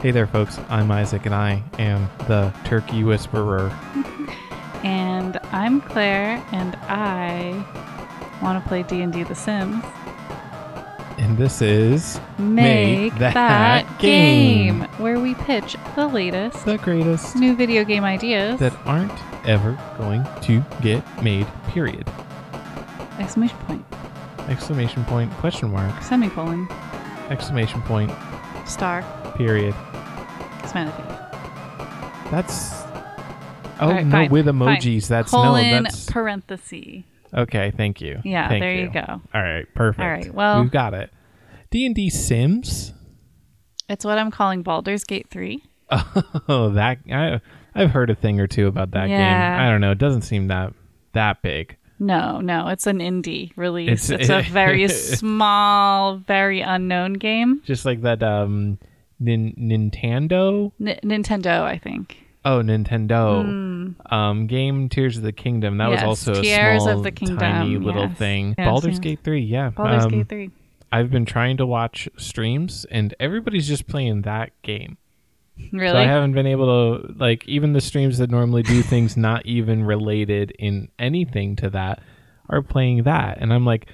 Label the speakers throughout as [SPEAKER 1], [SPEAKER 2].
[SPEAKER 1] Hey there, folks. I'm Isaac, and I am the turkey whisperer.
[SPEAKER 2] And I'm Claire, and I want to play D and D The Sims.
[SPEAKER 1] And this is
[SPEAKER 2] Make,
[SPEAKER 1] that
[SPEAKER 2] that,
[SPEAKER 1] game.
[SPEAKER 2] game. where we pitch the latest
[SPEAKER 1] the greatest
[SPEAKER 2] new video game ideas.
[SPEAKER 1] that aren't ever going to get made, period.
[SPEAKER 2] exclamation point,
[SPEAKER 1] Exclamation point, question mark,
[SPEAKER 2] semicolon,
[SPEAKER 1] exclamation point,
[SPEAKER 2] star,
[SPEAKER 1] period.
[SPEAKER 2] smiley face.
[SPEAKER 1] That's. Oh,
[SPEAKER 2] All right,
[SPEAKER 1] no,
[SPEAKER 2] fine,
[SPEAKER 1] with
[SPEAKER 2] fine.
[SPEAKER 1] emojis. That's
[SPEAKER 2] colon
[SPEAKER 1] no, that's.
[SPEAKER 2] parenthesis.
[SPEAKER 1] okay, thank you.
[SPEAKER 2] Yeah,
[SPEAKER 1] Thank
[SPEAKER 2] there you go.
[SPEAKER 1] All right, perfect.
[SPEAKER 2] All right, well-
[SPEAKER 1] We've got it. D&D Sims?
[SPEAKER 2] It's what I'm calling Baldur's Gate three.
[SPEAKER 1] Oh, that I I've heard a thing or two about that
[SPEAKER 2] Yeah.
[SPEAKER 1] game. I don't know. It doesn't seem that that big.
[SPEAKER 2] No, no, it's an indie release.
[SPEAKER 1] It's-
[SPEAKER 2] It's, a very small, very unknown game.
[SPEAKER 1] Just like that um nin- Nintendo.
[SPEAKER 2] N- Nintendo, I think.
[SPEAKER 1] Oh, Nintendo. Um, game Tears of the Kingdom. That
[SPEAKER 2] Hmm. Yes,
[SPEAKER 1] was also a
[SPEAKER 2] Tears
[SPEAKER 1] small,
[SPEAKER 2] of the Kingdom,
[SPEAKER 1] tiny little
[SPEAKER 2] yes.
[SPEAKER 1] thing.
[SPEAKER 2] Yes,
[SPEAKER 1] Baldur's
[SPEAKER 2] yes.
[SPEAKER 1] Gate Three. Yeah.
[SPEAKER 2] Baldur's
[SPEAKER 1] Um,
[SPEAKER 2] Gate three.
[SPEAKER 1] I've been trying to watch streams, and everybody's just playing that game.
[SPEAKER 2] Really?
[SPEAKER 1] So I haven't been able to like even the streams that normally do things not even related in anything to that are playing that, and I'm like,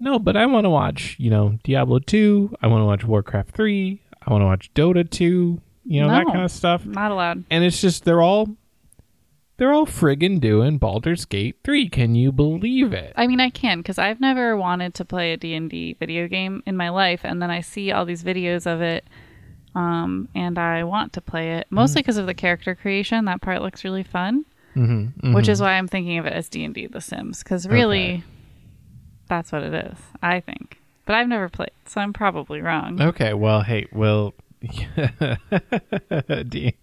[SPEAKER 1] no, but I want to watch you know Diablo two, I want to watch Warcraft three, I want to watch Dota two, you know that
[SPEAKER 2] No.
[SPEAKER 1] kind of stuff,
[SPEAKER 2] Not allowed.
[SPEAKER 1] and it's just they're all they're all friggin' doing Baldur's Gate three. Can you believe it?
[SPEAKER 2] I mean, I can because I've never wanted to play a D&D video game in my life, and then I see all these videos of it, um, and I want to play it mostly because of the character creation. That part looks really fun,
[SPEAKER 1] Mm. Mm-hmm,
[SPEAKER 2] which is why I'm thinking of it as D&D The Sims because really,
[SPEAKER 1] Okay.
[SPEAKER 2] that's what it is. I think, but I've never played, so I'm probably wrong.
[SPEAKER 1] okay. Well, hey, well, D-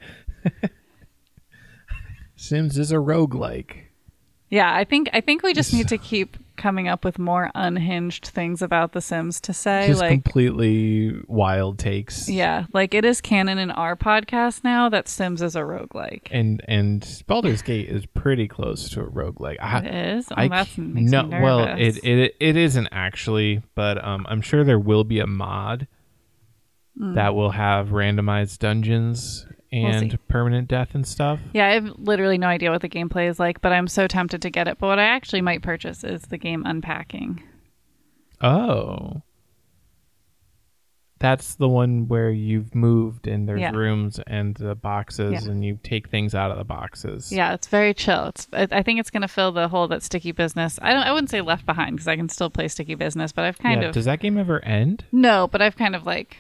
[SPEAKER 1] Sims is a roguelike.
[SPEAKER 2] Yeah, I think I think we just need to keep coming up with more unhinged things about The Sims to say,
[SPEAKER 1] just
[SPEAKER 2] like.
[SPEAKER 1] completely wild takes.
[SPEAKER 2] Yeah, like it is canon in our podcast now that Sims is a roguelike.
[SPEAKER 1] And and Baldur's Gate is pretty close to a roguelike. I,
[SPEAKER 2] It is. Oh,
[SPEAKER 1] I
[SPEAKER 2] that's
[SPEAKER 1] c-
[SPEAKER 2] makes
[SPEAKER 1] no,
[SPEAKER 2] me nervous.
[SPEAKER 1] well, it, it it isn't actually, but um, I'm sure there will be a mod that will have randomized dungeons and
[SPEAKER 2] Hmm. see.
[SPEAKER 1] permanent death and stuff.
[SPEAKER 2] yeah, I have literally no idea what the gameplay is like, but I'm so tempted to get it. But what I actually might purchase is the game Unpacking.
[SPEAKER 1] Oh. That's the one where you've moved and there's
[SPEAKER 2] Yeah.
[SPEAKER 1] rooms and the boxes
[SPEAKER 2] Yeah.
[SPEAKER 1] and you take things out of the boxes.
[SPEAKER 2] Yeah, it's very chill. It's I I think it's going to fill the hole that Sticky Business. I don't. I wouldn't say left behind because I can still play Sticky Business, but I've kind
[SPEAKER 1] yeah.
[SPEAKER 2] of
[SPEAKER 1] Does that game ever end?
[SPEAKER 2] no, but I've kind of like,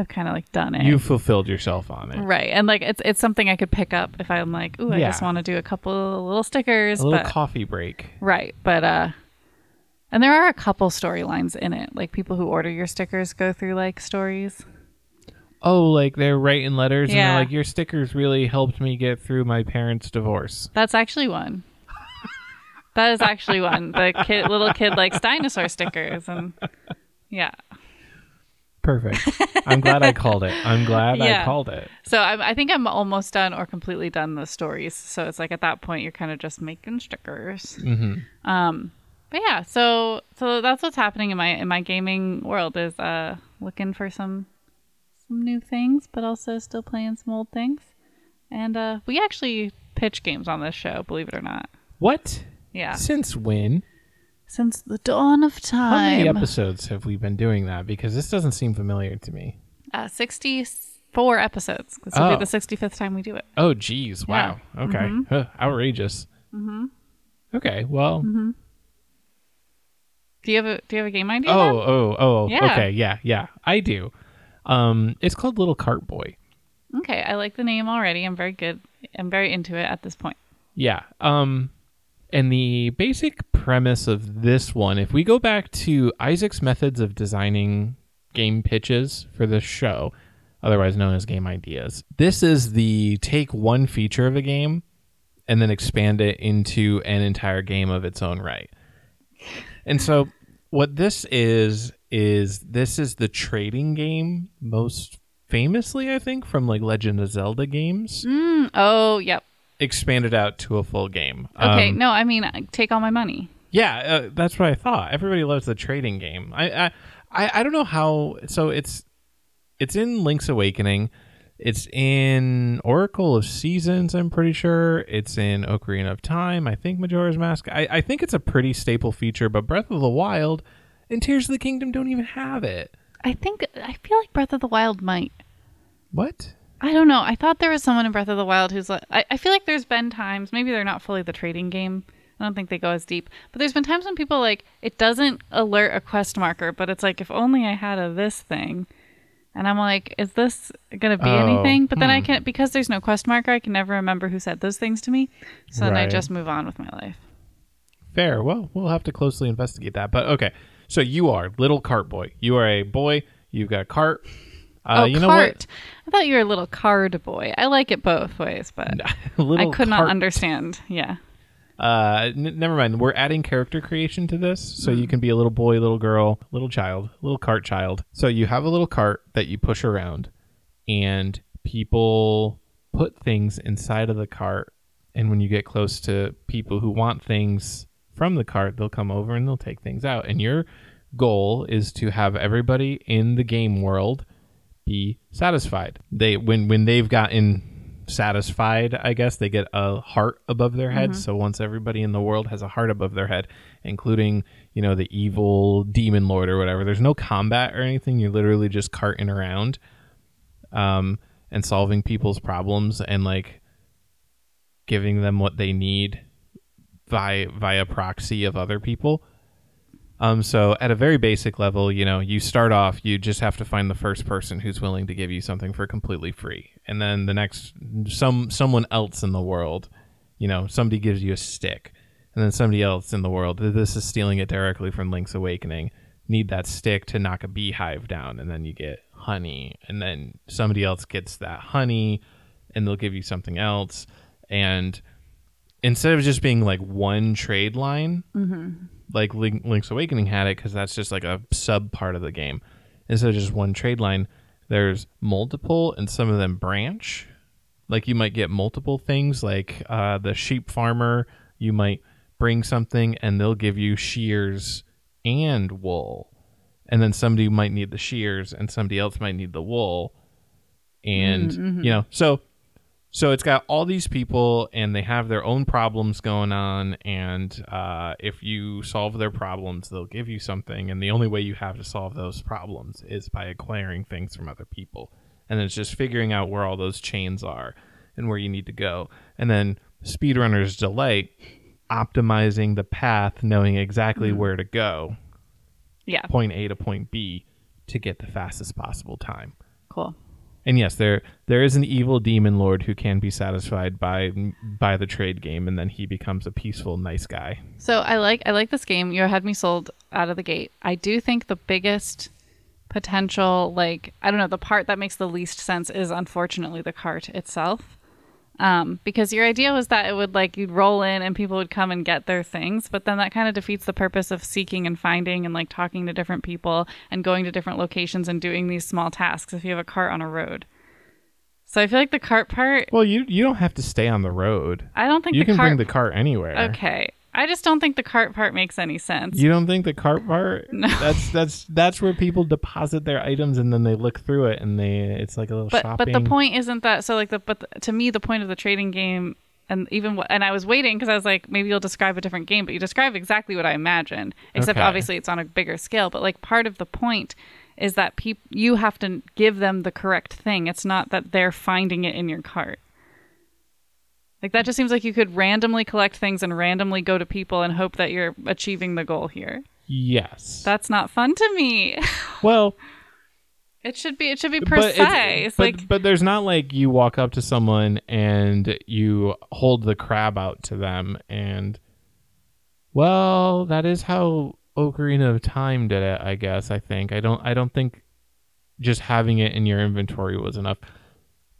[SPEAKER 2] I've kind of like done it.
[SPEAKER 1] You fulfilled yourself on it.
[SPEAKER 2] Right, and like it's it's something I could pick up if I'm like, ooh, I
[SPEAKER 1] Yeah.
[SPEAKER 2] just want to do a couple little stickers,
[SPEAKER 1] A little
[SPEAKER 2] but
[SPEAKER 1] coffee break.
[SPEAKER 2] Right, but uh and there are a couple storylines in it. Like people who order your stickers go through like stories.
[SPEAKER 1] Oh, like they're writing letters and
[SPEAKER 2] Yeah.
[SPEAKER 1] they're like, your stickers really helped me get through my parents' divorce.
[SPEAKER 2] That's actually one. that is actually one. The kid little kid likes dinosaur stickers and yeah.
[SPEAKER 1] Perfect. I'm glad I called it. I'm glad I
[SPEAKER 2] Yeah.
[SPEAKER 1] called it.
[SPEAKER 2] So I, I think I'm almost done or completely done the stories. So it's like at that point you're kind of just making stickers. Mm-hmm. Um, but yeah, so so that's what's happening in my in my gaming world is uh looking for some some new things, but also still playing some old things. And uh, we actually pitch games on this show, believe it or not.
[SPEAKER 1] What?
[SPEAKER 2] Yeah,
[SPEAKER 1] Since when?
[SPEAKER 2] since the dawn of
[SPEAKER 1] How many
[SPEAKER 2] time.
[SPEAKER 1] episodes have we been doing that? Because this doesn't seem familiar to me.
[SPEAKER 2] Uh, Sixty-four episodes. This will
[SPEAKER 1] Oh.
[SPEAKER 2] be the sixty-fifth time we do it.
[SPEAKER 1] Oh, geez. Wow. Okay.
[SPEAKER 2] Mm-hmm.
[SPEAKER 1] Huh, outrageous. Mm-hmm. Okay. Well.
[SPEAKER 2] Do you have a Do you have a game idea?
[SPEAKER 1] Oh.
[SPEAKER 2] then?
[SPEAKER 1] Oh. Oh.
[SPEAKER 2] Yeah.
[SPEAKER 1] Okay. Yeah. Yeah. I do. Um. It's called Little Cart Boy.
[SPEAKER 2] Okay, I like the name already. I'm very good. I'm very into it at this point.
[SPEAKER 1] Yeah. Um and the basic premise of this one, if we go back to Isaac's methods of designing game pitches for this show, otherwise known as game ideas, this is the take one feature of a game and then expand it into an entire game of its own right. And so what this is is this is the trading game most famously I think from like Legend of Zelda games
[SPEAKER 2] Mm, oh, yep.
[SPEAKER 1] expanded out to a full game.
[SPEAKER 2] Okay,
[SPEAKER 1] Um,
[SPEAKER 2] no, I mean, uh, take all my money.
[SPEAKER 1] yeah, uh, that's what I thought. Everybody loves the trading game. I, I, I, I don't know how. So it's, it's in Link's Awakening. It's in Oracle of Seasons, I'm pretty sure. It's in Ocarina of Time. I think Majora's Mask. I, I think it's a pretty staple feature, but Breath of the Wild and Tears of the Kingdom don't even have it.
[SPEAKER 2] I think I feel like Breath of the Wild might.
[SPEAKER 1] What?
[SPEAKER 2] I don't know. I thought there was someone in Breath of the Wild who's like, I, I feel like there's been times, maybe they're not fully the trading game. I don't think they go as deep, but there's been times when people like, it doesn't alert a quest marker, but it's like, if only I had a this thing. And I'm like, is this going to be
[SPEAKER 1] Oh,
[SPEAKER 2] anything? But then I
[SPEAKER 1] hmm.
[SPEAKER 2] can't, because there's no quest marker, I can never remember who said those things to me. So then I
[SPEAKER 1] Right.
[SPEAKER 2] just move on with my life.
[SPEAKER 1] Fair. Well, we'll have to closely investigate that. But okay. So you are little cart boy. You are a boy. You've got a cart. Uh,
[SPEAKER 2] oh,
[SPEAKER 1] you know
[SPEAKER 2] cart. I thought you were a little card boy. I like it both ways, but
[SPEAKER 1] what?
[SPEAKER 2] I
[SPEAKER 1] little
[SPEAKER 2] could not
[SPEAKER 1] cart.
[SPEAKER 2] understand. Yeah.
[SPEAKER 1] Uh, n- never mind. We're adding character creation to this, so you can be a little boy, little girl, little child, little cart child. So you have a little cart that you push around, and people put things inside of the cart. And when you get close to people who want things from the cart, they'll come over and they'll take things out. And your goal is to have everybody in the game world be satisfied. They when when they've gotten satisfied, I guess they get a heart above their head. So once everybody in the world has a heart above their head, including, you know, the evil demon lord or whatever. There's no combat or anything. You're literally just carting around um and solving people's problems and like giving them what they need via via proxy of other people. Um, so at a very basic level, you know, you start off, you just have to find the first person who's willing to give you something for completely free, and then the next some someone else in the world, you know, somebody gives you a stick, and then somebody else in the world, this is stealing it directly from Link's Awakening, need that stick to knock a beehive down, and then you get honey, and then somebody else gets that honey, and they'll give you something else, and instead of just being like one trade line like Link, Link's Awakening had it because that's just like a sub part of the game. Instead of just one trade line, there's multiple, and some of them branch. Like you might get multiple things, like uh, the sheep farmer. You might bring something, and they'll give you shears and wool. And then somebody might need the shears, and somebody else might need the wool. And you know, so so it's got all these people, and they have their own problems going on. And uh, if you solve their problems, they'll give you something. And the only way you have to solve those problems is by acquiring things from other people. And it's just figuring out where all those chains are and where you need to go. And then Speedrunner's Delight optimizing the path, knowing exactly where to go,
[SPEAKER 2] Yeah.
[SPEAKER 1] point A to point B, to get the fastest possible time.
[SPEAKER 2] Cool.
[SPEAKER 1] And yes, there there is an evil demon lord who can be satisfied by by the trade game, and then he becomes a peaceful, nice guy.
[SPEAKER 2] So I like I like this game. You had me sold out of the gate. I do think the biggest potential, like I don't know, the part that makes the least sense is unfortunately the cart itself. Um, because your idea was that it would like you'd roll in and people would come and get their things, but then that kind of defeats the purpose of seeking and finding and like talking to different people and going to different locations and doing these small tasks if you have a cart on a road. So I feel like the cart part
[SPEAKER 1] Well, you you don't have to stay on the road.
[SPEAKER 2] I don't think
[SPEAKER 1] You
[SPEAKER 2] the
[SPEAKER 1] can
[SPEAKER 2] cart
[SPEAKER 1] bring the cart anywhere.
[SPEAKER 2] Okay. I just don't think the cart part makes any sense.
[SPEAKER 1] You don't think the cart part?
[SPEAKER 2] No.
[SPEAKER 1] That's that's that's where people deposit their items, and then they look through it, and they it's like a little
[SPEAKER 2] but
[SPEAKER 1] shopping.
[SPEAKER 2] but the point isn't that so like the but the, to me the point of the trading game and even wh- and I was waiting because I was like maybe you'll describe a different game but you describe exactly what I imagined except
[SPEAKER 1] Okay.
[SPEAKER 2] obviously it's on a bigger scale but like part of the point is that peop- you have to give them the correct thing it's not that they're finding it in your cart like that just seems like you could randomly collect things and randomly go to people and hope that you're achieving the goal here
[SPEAKER 1] yes.
[SPEAKER 2] that's not fun to me
[SPEAKER 1] well,
[SPEAKER 2] it should be it should be
[SPEAKER 1] but,
[SPEAKER 2] precise
[SPEAKER 1] it's, but,
[SPEAKER 2] like
[SPEAKER 1] but there's not like you walk up to someone and you hold the crab out to them and well that is how ocarina of time did it i guess i think i don't i don't think just having it in your inventory was enough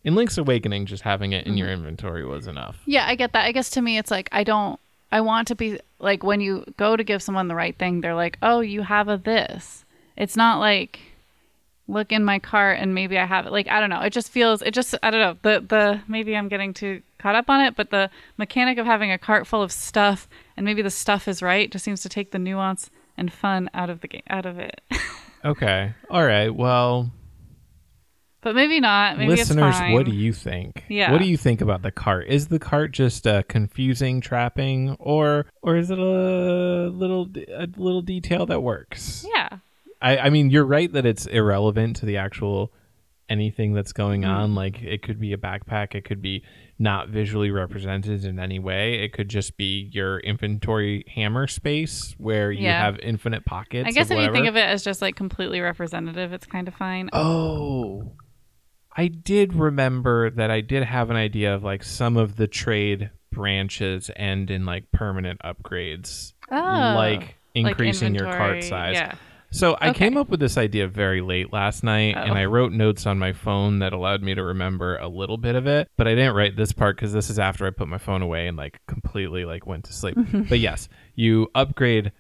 [SPEAKER 1] in link's awakening just having it in your inventory was enough
[SPEAKER 2] Yeah, I get that. I guess to me, it's like I don't. I want to be like when you go to give someone the right thing, they're like, "Oh, you have a this." It's not like look in my cart and maybe I have it. Like I don't know. It just feels. It just I don't know. The the maybe I'm getting too caught up on it, but the mechanic of having a cart full of stuff and maybe the stuff is right just seems to take the nuance and fun out of the game out of it.
[SPEAKER 1] okay all right well
[SPEAKER 2] but maybe not. Maybe
[SPEAKER 1] Listeners,
[SPEAKER 2] it's fine.
[SPEAKER 1] what do you think?
[SPEAKER 2] Yeah.
[SPEAKER 1] What do you think about the cart? Is the cart just uh, confusing, trapping, or or is it a little a little detail that works?
[SPEAKER 2] Yeah,
[SPEAKER 1] I, I mean, you're right that it's irrelevant to the actual anything that's going
[SPEAKER 2] Mm-hmm.
[SPEAKER 1] on. Like, it could be a backpack, it could be not visually represented in any way. It could just be your inventory hammer space where you
[SPEAKER 2] Yeah.
[SPEAKER 1] have infinite pockets.
[SPEAKER 2] I guess
[SPEAKER 1] of
[SPEAKER 2] if you think
[SPEAKER 1] whatever.
[SPEAKER 2] of it as just like completely representative, it's kind of fine.
[SPEAKER 1] Oh, I did remember that I did have an idea of like some of the trade branches end in like permanent upgrades,
[SPEAKER 2] Oh,
[SPEAKER 1] Uh, like increasing your cart
[SPEAKER 2] inventory,
[SPEAKER 1] size.
[SPEAKER 2] Yeah.
[SPEAKER 1] So I
[SPEAKER 2] Okay.
[SPEAKER 1] came up with this idea very late last night, and
[SPEAKER 2] Oh.
[SPEAKER 1] I wrote notes on my phone that allowed me to remember a little bit of it. But I didn't write this part because this is after I put my phone away and like completely like went to sleep. but yes, you upgrade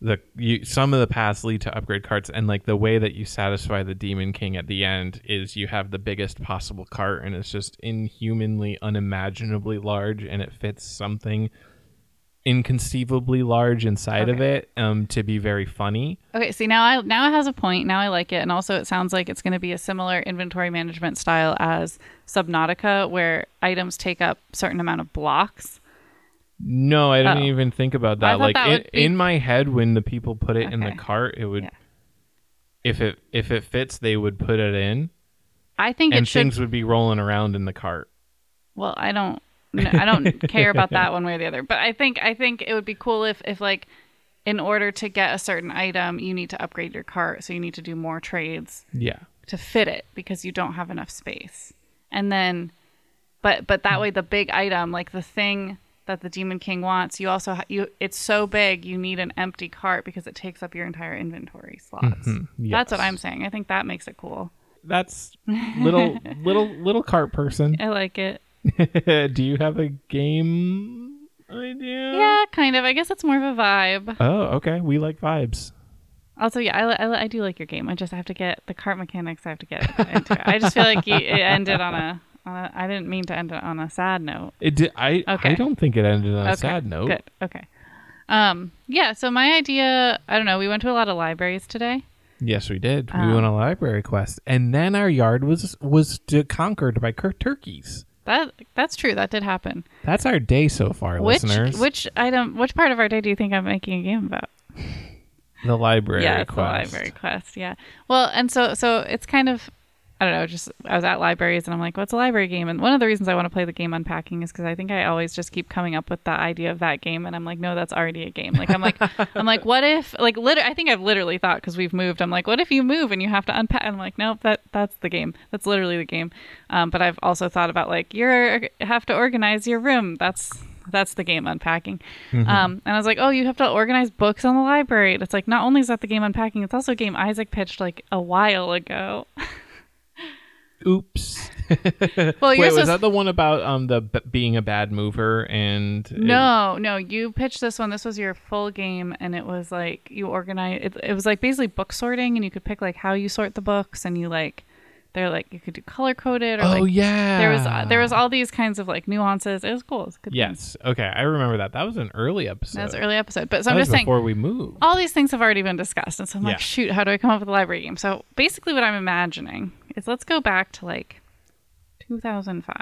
[SPEAKER 1] the you some of the paths lead to upgrade carts, and like the way that you satisfy the demon king at the end is you have the biggest possible cart, and it's just inhumanly, unimaginably large, and it fits something inconceivably large inside of it um, to be very funny.
[SPEAKER 2] Okay, see now I now it has a point. Now I like it, and also it sounds like it's going to be a similar inventory management style as Subnautica, where items take up certain amount of blocks.
[SPEAKER 1] No, I didn't
[SPEAKER 2] Oh.
[SPEAKER 1] even think about that.
[SPEAKER 2] I thought
[SPEAKER 1] Like
[SPEAKER 2] that
[SPEAKER 1] in,
[SPEAKER 2] would be-
[SPEAKER 1] in my head, when the people put it in the
[SPEAKER 2] Okay.
[SPEAKER 1] cart, it would.
[SPEAKER 2] Yeah.
[SPEAKER 1] If it if it fits, they would put it in,
[SPEAKER 2] I think
[SPEAKER 1] and
[SPEAKER 2] it should.
[SPEAKER 1] things would be rolling around in the cart.
[SPEAKER 2] Well, I don't. No, I don't care about that one way or the other. But I think I think it would be cool if if like in order to get a certain item, you need to upgrade your cart, so you need to do more trades
[SPEAKER 1] Yeah,
[SPEAKER 2] to fit it because you don't have enough space. And then, but but that way, the big item, like the thing that the Demon King wants, you also ha- you it's so big you need an empty cart because it takes up your entire inventory slots. That's what
[SPEAKER 1] Mm-hmm. Hmm. Yes.
[SPEAKER 2] I'm saying. I think that makes it cool.
[SPEAKER 1] That's little little little cart person.
[SPEAKER 2] I like it.
[SPEAKER 1] Do you have a game idea?
[SPEAKER 2] Yeah, kind of. I guess it's more of a vibe.
[SPEAKER 1] Oh, okay. We like vibes.
[SPEAKER 2] Also, yeah, I, li- I, li- I do like your game. I just have to get the cart mechanics. I have to get into. It. I just feel like you, it ended on a, on a. I didn't mean to end it on a sad note.
[SPEAKER 1] It did. I I
[SPEAKER 2] Okay.
[SPEAKER 1] don't think it ended on a sad note.
[SPEAKER 2] Good. Okay. Um. Yeah. So my idea. I don't know. We went to a lot of libraries today.
[SPEAKER 1] Yes, we did.
[SPEAKER 2] Um,
[SPEAKER 1] we went on a library quest, and then our yard was was d- conquered by cur- turkeys.
[SPEAKER 2] That that's true. That did happen.
[SPEAKER 1] That's our day so far,
[SPEAKER 2] Which
[SPEAKER 1] listeners.
[SPEAKER 2] which item? Which part of our day do you think I'm making a game about?
[SPEAKER 1] the library
[SPEAKER 2] yeah, it's
[SPEAKER 1] quest.
[SPEAKER 2] the library quest. Yeah. Well, and so so it's kind of I don't know. Just I was at libraries and I'm like, what's a library game? And one of the reasons I want to play the game unpacking is because I think I always just keep coming up with the idea of that game, and I'm like, no, that's already a game. Like I'm like I'm like, what if like literally? I think I've literally thought because we've moved. I'm like, what if you move and you have to unpack? And I'm like, nope, that that's the game. That's literally the game. Um, but I've also thought about like you have to organize your room. That's that's the game unpacking. Um, and I was like, oh, you have to organize books on the library. And it's like, not only is that the game unpacking, it's also a game Isaac pitched like a while ago.
[SPEAKER 1] Oops.
[SPEAKER 2] well,
[SPEAKER 1] Wait,
[SPEAKER 2] yours
[SPEAKER 1] was
[SPEAKER 2] was
[SPEAKER 1] that the one about um the b- being a bad mover and
[SPEAKER 2] no, no, you pitched this one. This was your full game, and it was like you organize. It, it was like basically book sorting, and you could pick like how you sort the books, and you like they're like you could do color coded or
[SPEAKER 1] Oh
[SPEAKER 2] like
[SPEAKER 1] yeah.
[SPEAKER 2] there was uh, there was all these kinds of like nuances. It was cool. It was a good. game.
[SPEAKER 1] Yes. Okay, I remember that. That was an early episode.
[SPEAKER 2] that was an early episode. But
[SPEAKER 1] That
[SPEAKER 2] so I'm
[SPEAKER 1] was
[SPEAKER 2] just saying,
[SPEAKER 1] before we moved.
[SPEAKER 2] all these things have already been discussed. And so I'm
[SPEAKER 1] Yeah.
[SPEAKER 2] like, shoot, how do I come up with a library game? So basically, what I'm imagining is let's go back to like 2005.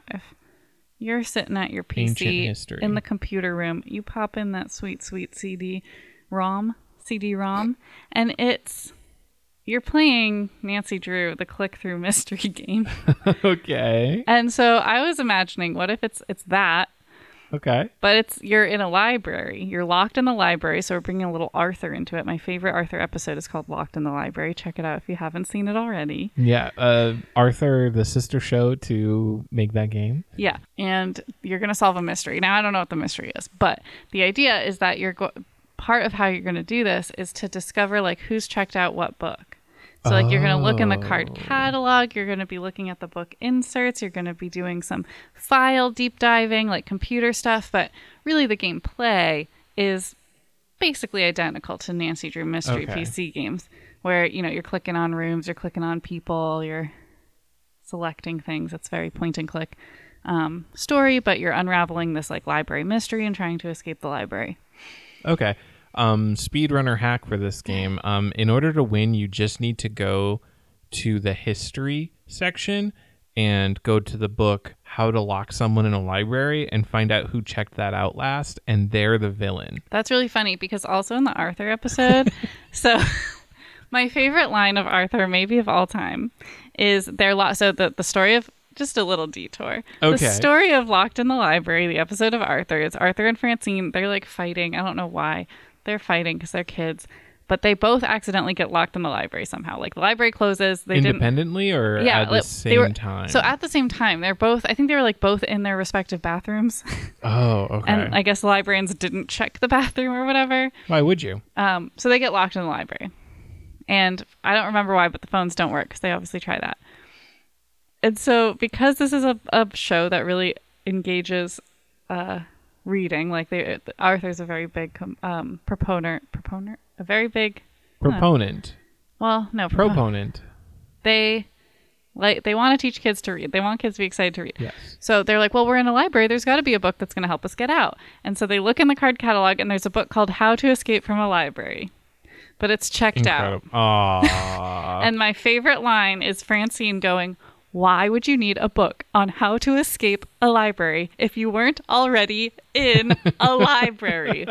[SPEAKER 2] You're sitting at your
[SPEAKER 1] Ancient
[SPEAKER 2] PC
[SPEAKER 1] history.
[SPEAKER 2] in the computer room. You pop in that sweet, sweet CD ROM, CD ROM, and it's. You're playing Nancy Drew, the click through mystery game.
[SPEAKER 1] okay.
[SPEAKER 2] And so I was imagining what if it's it's that
[SPEAKER 1] Okay.
[SPEAKER 2] but it's you're in a library. You're locked in the library, so we're bringing a little Arthur into it. My favorite Arthur episode is called "Locked in the Library." Check it out if you haven't seen it already.
[SPEAKER 1] Yeah. Uh, Arthur, the sister show to make that game.
[SPEAKER 2] Yeah, and you're gonna solve a mystery. Now I don't know what the mystery is, but the idea is that you're go- part of how you're gonna do this is to discover like who's checked out what book. So like you're gonna look in the card catalog, you're gonna be looking at the book inserts, you're gonna be doing some file deep diving, like computer stuff, but really the gameplay is basically identical to Nancy Drew mystery
[SPEAKER 1] Okay.
[SPEAKER 2] PC games, where you know you're clicking on rooms, you're clicking on people, you're selecting things. It's very point and click um, story, but you're unraveling this like library mystery and trying to escape the library.
[SPEAKER 1] Okay. Um, speedrunner hack for this game. Um, in order to win, you just need to go to the history section and go to the book How to Lock Someone in a Library and find out who checked that out last, and they're the villain.
[SPEAKER 2] That's really funny because also in the Arthur episode, so my favorite line of Arthur, maybe of all time, is their lot. So the, the story of just a little detour.
[SPEAKER 1] Okay.
[SPEAKER 2] The story of Locked in the Library, the episode of Arthur, it's Arthur and Francine. They're like fighting. I don't know why they're fighting because they're kids, but they both accidentally get locked in the library somehow. Like the library closes. They didn't
[SPEAKER 1] Independently or at the
[SPEAKER 2] like,
[SPEAKER 1] same
[SPEAKER 2] they were-
[SPEAKER 1] time?
[SPEAKER 2] So at the same time, they're both. I think they were like both in their respective bathrooms,
[SPEAKER 1] oh, okay.
[SPEAKER 2] and I guess the librarians didn't check the bathroom or whatever.
[SPEAKER 1] Why would you?
[SPEAKER 2] Um, so they get locked in the library, and I don't remember why, but the phones don't work because they obviously try that. And so because this is a, a show that really engages uh, reading, like they, Arthur's a very big com- um, proponent, proponent, a very big.
[SPEAKER 1] Proponent.
[SPEAKER 2] Well, no, proponent.
[SPEAKER 1] Proponent.
[SPEAKER 2] they like they want to teach kids to read. They want kids to be excited to read.
[SPEAKER 1] Yes.
[SPEAKER 2] So they're like, well, we're in a library. There's got to be a book that's going to help us get out. And so they look in the card catalog, and there's a book called How to Escape from a Library, but it's checked out.
[SPEAKER 1] Incredible. Aw.
[SPEAKER 2] And my favorite line is Francine going, "Why would you need a book on how to escape a library if you weren't already in a library?"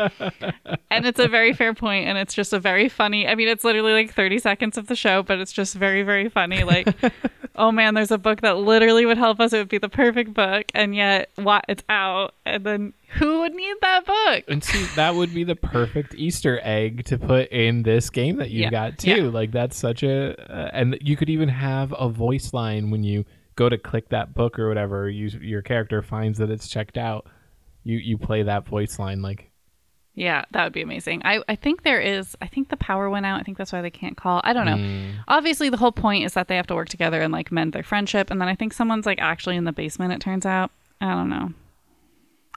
[SPEAKER 2] And it's a very fair point, and it's just a very funny. I mean, it's literally like 30 seconds of the show, but it's just very, very funny. Like, oh man, there's a book that literally would help us. It would be the perfect book, and yet why, it's out. And then who would need that book?
[SPEAKER 1] and see, that would be the perfect Easter egg to put in this game that you
[SPEAKER 2] Yeah.
[SPEAKER 1] got
[SPEAKER 2] Yeah.
[SPEAKER 1] too. Like that's such a, uh, and you could even have a voice line when you go to click that book or whatever. You your character finds that it's checked out. You you play that voice line like
[SPEAKER 2] Yeah, that would be amazing. I, I think there is. I think the power went out. I think that's why they can't call. I don't know.
[SPEAKER 1] Mm.
[SPEAKER 2] Obviously, the whole point is that they have to work together and like mend their friendship. And then I think someone's like actually in the basement. It turns out. I don't know.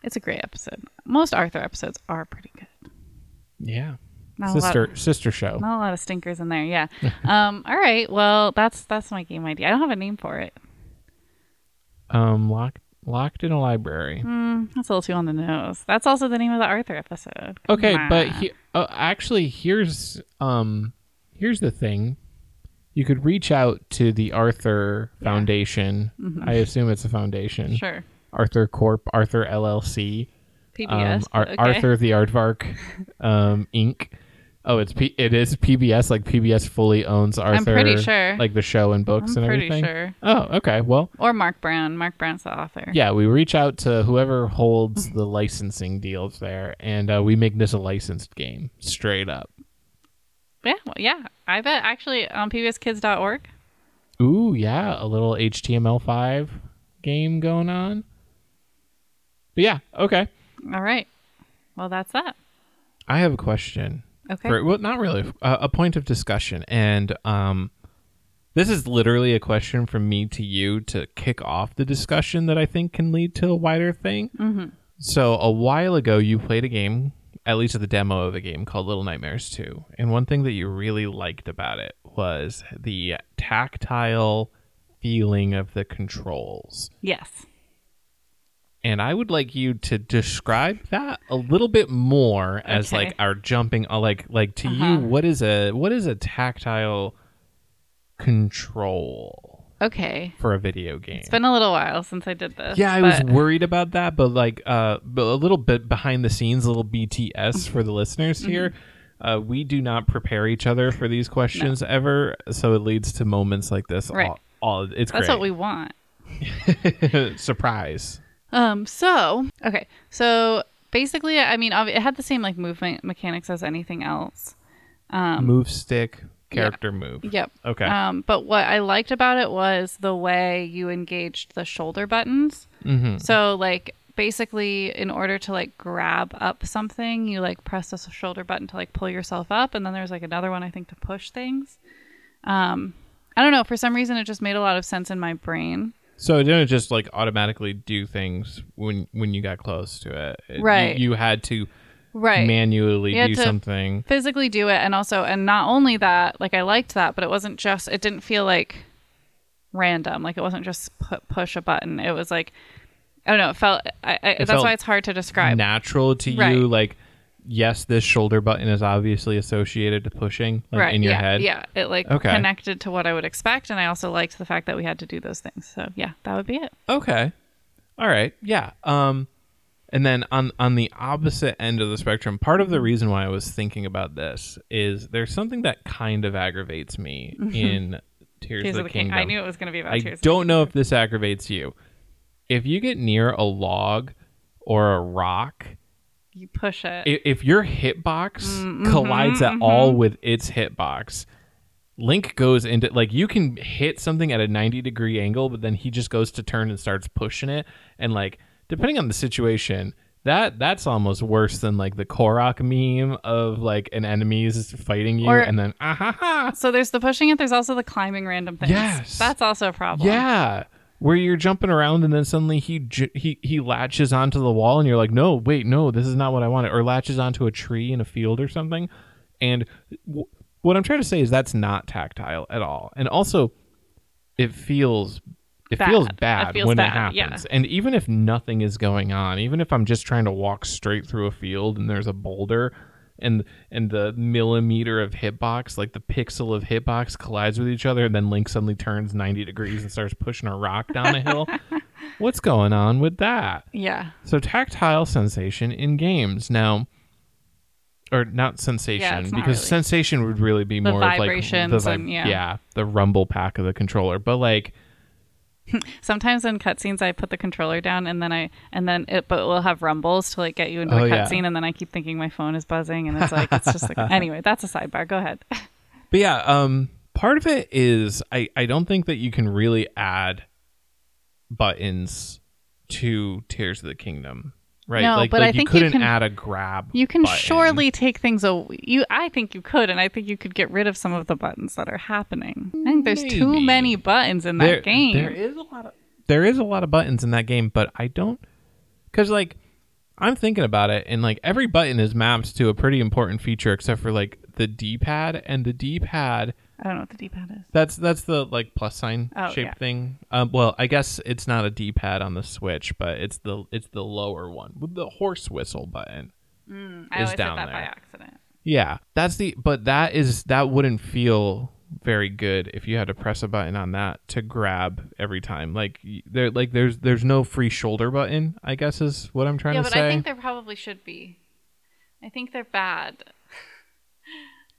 [SPEAKER 2] It's a great episode. Most Arthur episodes are pretty good.
[SPEAKER 1] yeah
[SPEAKER 2] Not a lot-
[SPEAKER 1] sister sister show.
[SPEAKER 2] Not a lot of stinkers in there, yeah. um, all right, well, that's that's my game idea. I don't have a name for it.
[SPEAKER 1] Um, locked locked in a library.
[SPEAKER 2] Mm, that's a little too on the nose. That's also the name of the Arthur episode. Come
[SPEAKER 1] Okay, but
[SPEAKER 2] on.
[SPEAKER 1] he, uh, actually, here's um, here's the thing. You could reach out to the Arthur Foundation. I assume it's a foundation.
[SPEAKER 2] Mm-hmm. sure,
[SPEAKER 1] Arthur Corp, Arthur LLC, um,
[SPEAKER 2] PBS.
[SPEAKER 1] Ar-
[SPEAKER 2] but okay.
[SPEAKER 1] Arthur the Aardvark, um, Inc. Oh, it's P- it is PBS. Like PBS fully owns Arthur.
[SPEAKER 2] pretty sure.
[SPEAKER 1] Like the show and books
[SPEAKER 2] I'm
[SPEAKER 1] and
[SPEAKER 2] pretty
[SPEAKER 1] everything.
[SPEAKER 2] sure.
[SPEAKER 1] Oh, okay. Well,
[SPEAKER 2] Or Mark Brown. Mark Brown's the author.
[SPEAKER 1] yeah, we reach out to whoever holds the licensing deals there, and uh, we make this a licensed game straight up.
[SPEAKER 2] Yeah, well, yeah. I bet actually on pbskids.org.
[SPEAKER 1] Ooh, yeah, a little HTML5 game going on. But yeah, okay.
[SPEAKER 2] All right. Well, that's that.
[SPEAKER 1] I have a question.
[SPEAKER 2] Okay.
[SPEAKER 1] For, well, not really. Uh, a point of discussion, and um, this is literally a question from me to you to kick off the discussion that I think can lead to a wider thing. Mm-hmm. So a while ago, you played a game, at least the demo of the game called Little Nightmares Two, and one thing that you really liked about it was the tactile feeling of the controls.
[SPEAKER 2] Yes.
[SPEAKER 1] And I would like you to describe that a little bit more as
[SPEAKER 2] Okay.
[SPEAKER 1] like our jumping uh, like like to
[SPEAKER 2] Uh-huh.
[SPEAKER 1] you what is a what is a tactile control
[SPEAKER 2] Okay.
[SPEAKER 1] for a video game?
[SPEAKER 2] It's been a little while since I did this.
[SPEAKER 1] yeah, I
[SPEAKER 2] but-
[SPEAKER 1] was worried about that, but like uh but a little bit behind the scenes, a little
[SPEAKER 2] Mm-hmm.
[SPEAKER 1] BTS for the listeners here. Uh, we do not prepare each other for these questions ever, so it leads to moments like this.
[SPEAKER 2] Right.
[SPEAKER 1] All, all it's
[SPEAKER 2] That's what
[SPEAKER 1] great.
[SPEAKER 2] we want.
[SPEAKER 1] Surprise.
[SPEAKER 2] Um. So okay. So basically, I mean, obvi- it had the same like movement mechanics as anything else. Um,
[SPEAKER 1] move stick, character move.
[SPEAKER 2] Yep.
[SPEAKER 1] Okay.
[SPEAKER 2] Um, but what I liked about it was the way you engaged the shoulder buttons.
[SPEAKER 1] Mhm.
[SPEAKER 2] So like basically in order to like grab up something, you like press the shoulder button to like pull yourself up and then there's like another one I think to push things. Um, I don't know, for some reason it just made a lot of sense in my brain.
[SPEAKER 1] So it didn't just like automatically do things when when you got close to it. It- you-
[SPEAKER 2] Right.
[SPEAKER 1] You, had to
[SPEAKER 2] Right.
[SPEAKER 1] manually
[SPEAKER 2] You had
[SPEAKER 1] do
[SPEAKER 2] to-
[SPEAKER 1] something.
[SPEAKER 2] physically do it and also and not only that like i liked that but it wasn't just it didn't feel like random like it wasn't just pu- push a button it was like i don't know it felt i, I that's
[SPEAKER 1] felt
[SPEAKER 2] why it's hard to describe
[SPEAKER 1] Natural to
[SPEAKER 2] Right.
[SPEAKER 1] you, like yes, this shoulder button is obviously associated to pushing like,
[SPEAKER 2] right
[SPEAKER 1] in your
[SPEAKER 2] yeah,
[SPEAKER 1] head.
[SPEAKER 2] yeah it like
[SPEAKER 1] Okay.
[SPEAKER 2] connected to what i would expect and i also liked the fact that we had to do those things so yeah that would be it
[SPEAKER 1] Okay. All right. Yeah. Um and then on on the opposite end of the spectrum, part of the reason why I was thinking about this is there's something that kind of aggravates me in Tears,
[SPEAKER 2] Mm-hmm. Tears
[SPEAKER 1] of the, Kingdom.
[SPEAKER 2] i knew it was going to be about
[SPEAKER 1] I
[SPEAKER 2] tears of the
[SPEAKER 1] don't know if this aggravates you. If you get near a log or a rock,
[SPEAKER 2] Kingdom. you push it
[SPEAKER 1] i- if your hitbox collides at all with its hitbox, Link goes into like you can hit something at a 90 degree angle, but then he just goes to turn and starts pushing it. And like depending on the situation, that that's almost worse than like the Korok meme of like an enemy is fighting you
[SPEAKER 2] Or-
[SPEAKER 1] and then ah ha ha.
[SPEAKER 2] so there's the pushing it there's also the climbing random things
[SPEAKER 1] Yes.
[SPEAKER 2] that's also a problem
[SPEAKER 1] Yeah. Where you're jumping around and then suddenly he j- he he latches onto the wall and you're like, "No, wait, no, this is not what I wanted." Or latches onto a tree in a field or something. And w- what I'm trying to say is that's not tactile at all. And also it feels it
[SPEAKER 2] Bad.
[SPEAKER 1] feels
[SPEAKER 2] It
[SPEAKER 1] bad
[SPEAKER 2] feels
[SPEAKER 1] when it
[SPEAKER 2] bad,
[SPEAKER 1] happens.
[SPEAKER 2] yeah.
[SPEAKER 1] And even if nothing is going on, even if I'm just trying to walk straight through a field and there's a boulder and and the millimeter of hitbox, like the pixel of hitbox collides with each other and then Link suddenly turns 90 degrees and starts pushing a rock down a hill. What's going on with that?
[SPEAKER 2] yeah
[SPEAKER 1] So tactile sensation in games. Now or not sensation
[SPEAKER 2] Yeah, it's not
[SPEAKER 1] because
[SPEAKER 2] really-
[SPEAKER 1] sensation would really be
[SPEAKER 2] The
[SPEAKER 1] more of like
[SPEAKER 2] vibrations
[SPEAKER 1] the
[SPEAKER 2] and- yeah.
[SPEAKER 1] the rumble pack of the controller. But like
[SPEAKER 2] sometimes in cutscenes i put the controller down and then i and then it but we'll have rumbles to like get you into
[SPEAKER 1] Oh,
[SPEAKER 2] a
[SPEAKER 1] yeah.
[SPEAKER 2] cutscene and then i keep thinking my phone is buzzing and it's like it's just like anyway that's a sidebar go ahead
[SPEAKER 1] But yeah, um, part of it is I, I don't think that you can really add buttons to Tears of the Kingdom, right?
[SPEAKER 2] No,
[SPEAKER 1] like
[SPEAKER 2] but
[SPEAKER 1] like
[SPEAKER 2] I
[SPEAKER 1] you
[SPEAKER 2] think you
[SPEAKER 1] couldn't
[SPEAKER 2] can-
[SPEAKER 1] add a grab.
[SPEAKER 2] you can
[SPEAKER 1] button.
[SPEAKER 2] surely take things away you i think you could and i think you could get rid of some of the buttons that are happening i think there's too
[SPEAKER 1] Maybe.
[SPEAKER 2] many buttons in that
[SPEAKER 1] There-
[SPEAKER 2] game
[SPEAKER 1] There is a lot of there is a lot of buttons in that game, but I don't because like I'm thinking about it, and like every button is mapped to a pretty important feature, except for like the D-pad, and the D-pad
[SPEAKER 2] i don't know what the d-pad is
[SPEAKER 1] That's that's the like plus sign
[SPEAKER 2] Oh,
[SPEAKER 1] shape
[SPEAKER 2] yeah.
[SPEAKER 1] thing. Um, well, I guess it's not a D pad on the Switch, but it's the it's the lower one with the horse whistle button.
[SPEAKER 2] Mm, i
[SPEAKER 1] Is
[SPEAKER 2] always
[SPEAKER 1] down
[SPEAKER 2] hit that by
[SPEAKER 1] there.
[SPEAKER 2] accident
[SPEAKER 1] Yeah, that's the but that is that wouldn't feel very good if you had to press a button on that to grab every time. Like y- there like there's there's no free shoulder button. I guess is what I'm trying
[SPEAKER 2] yeah
[SPEAKER 1] to
[SPEAKER 2] but
[SPEAKER 1] say.
[SPEAKER 2] i think there probably should be i think they're bad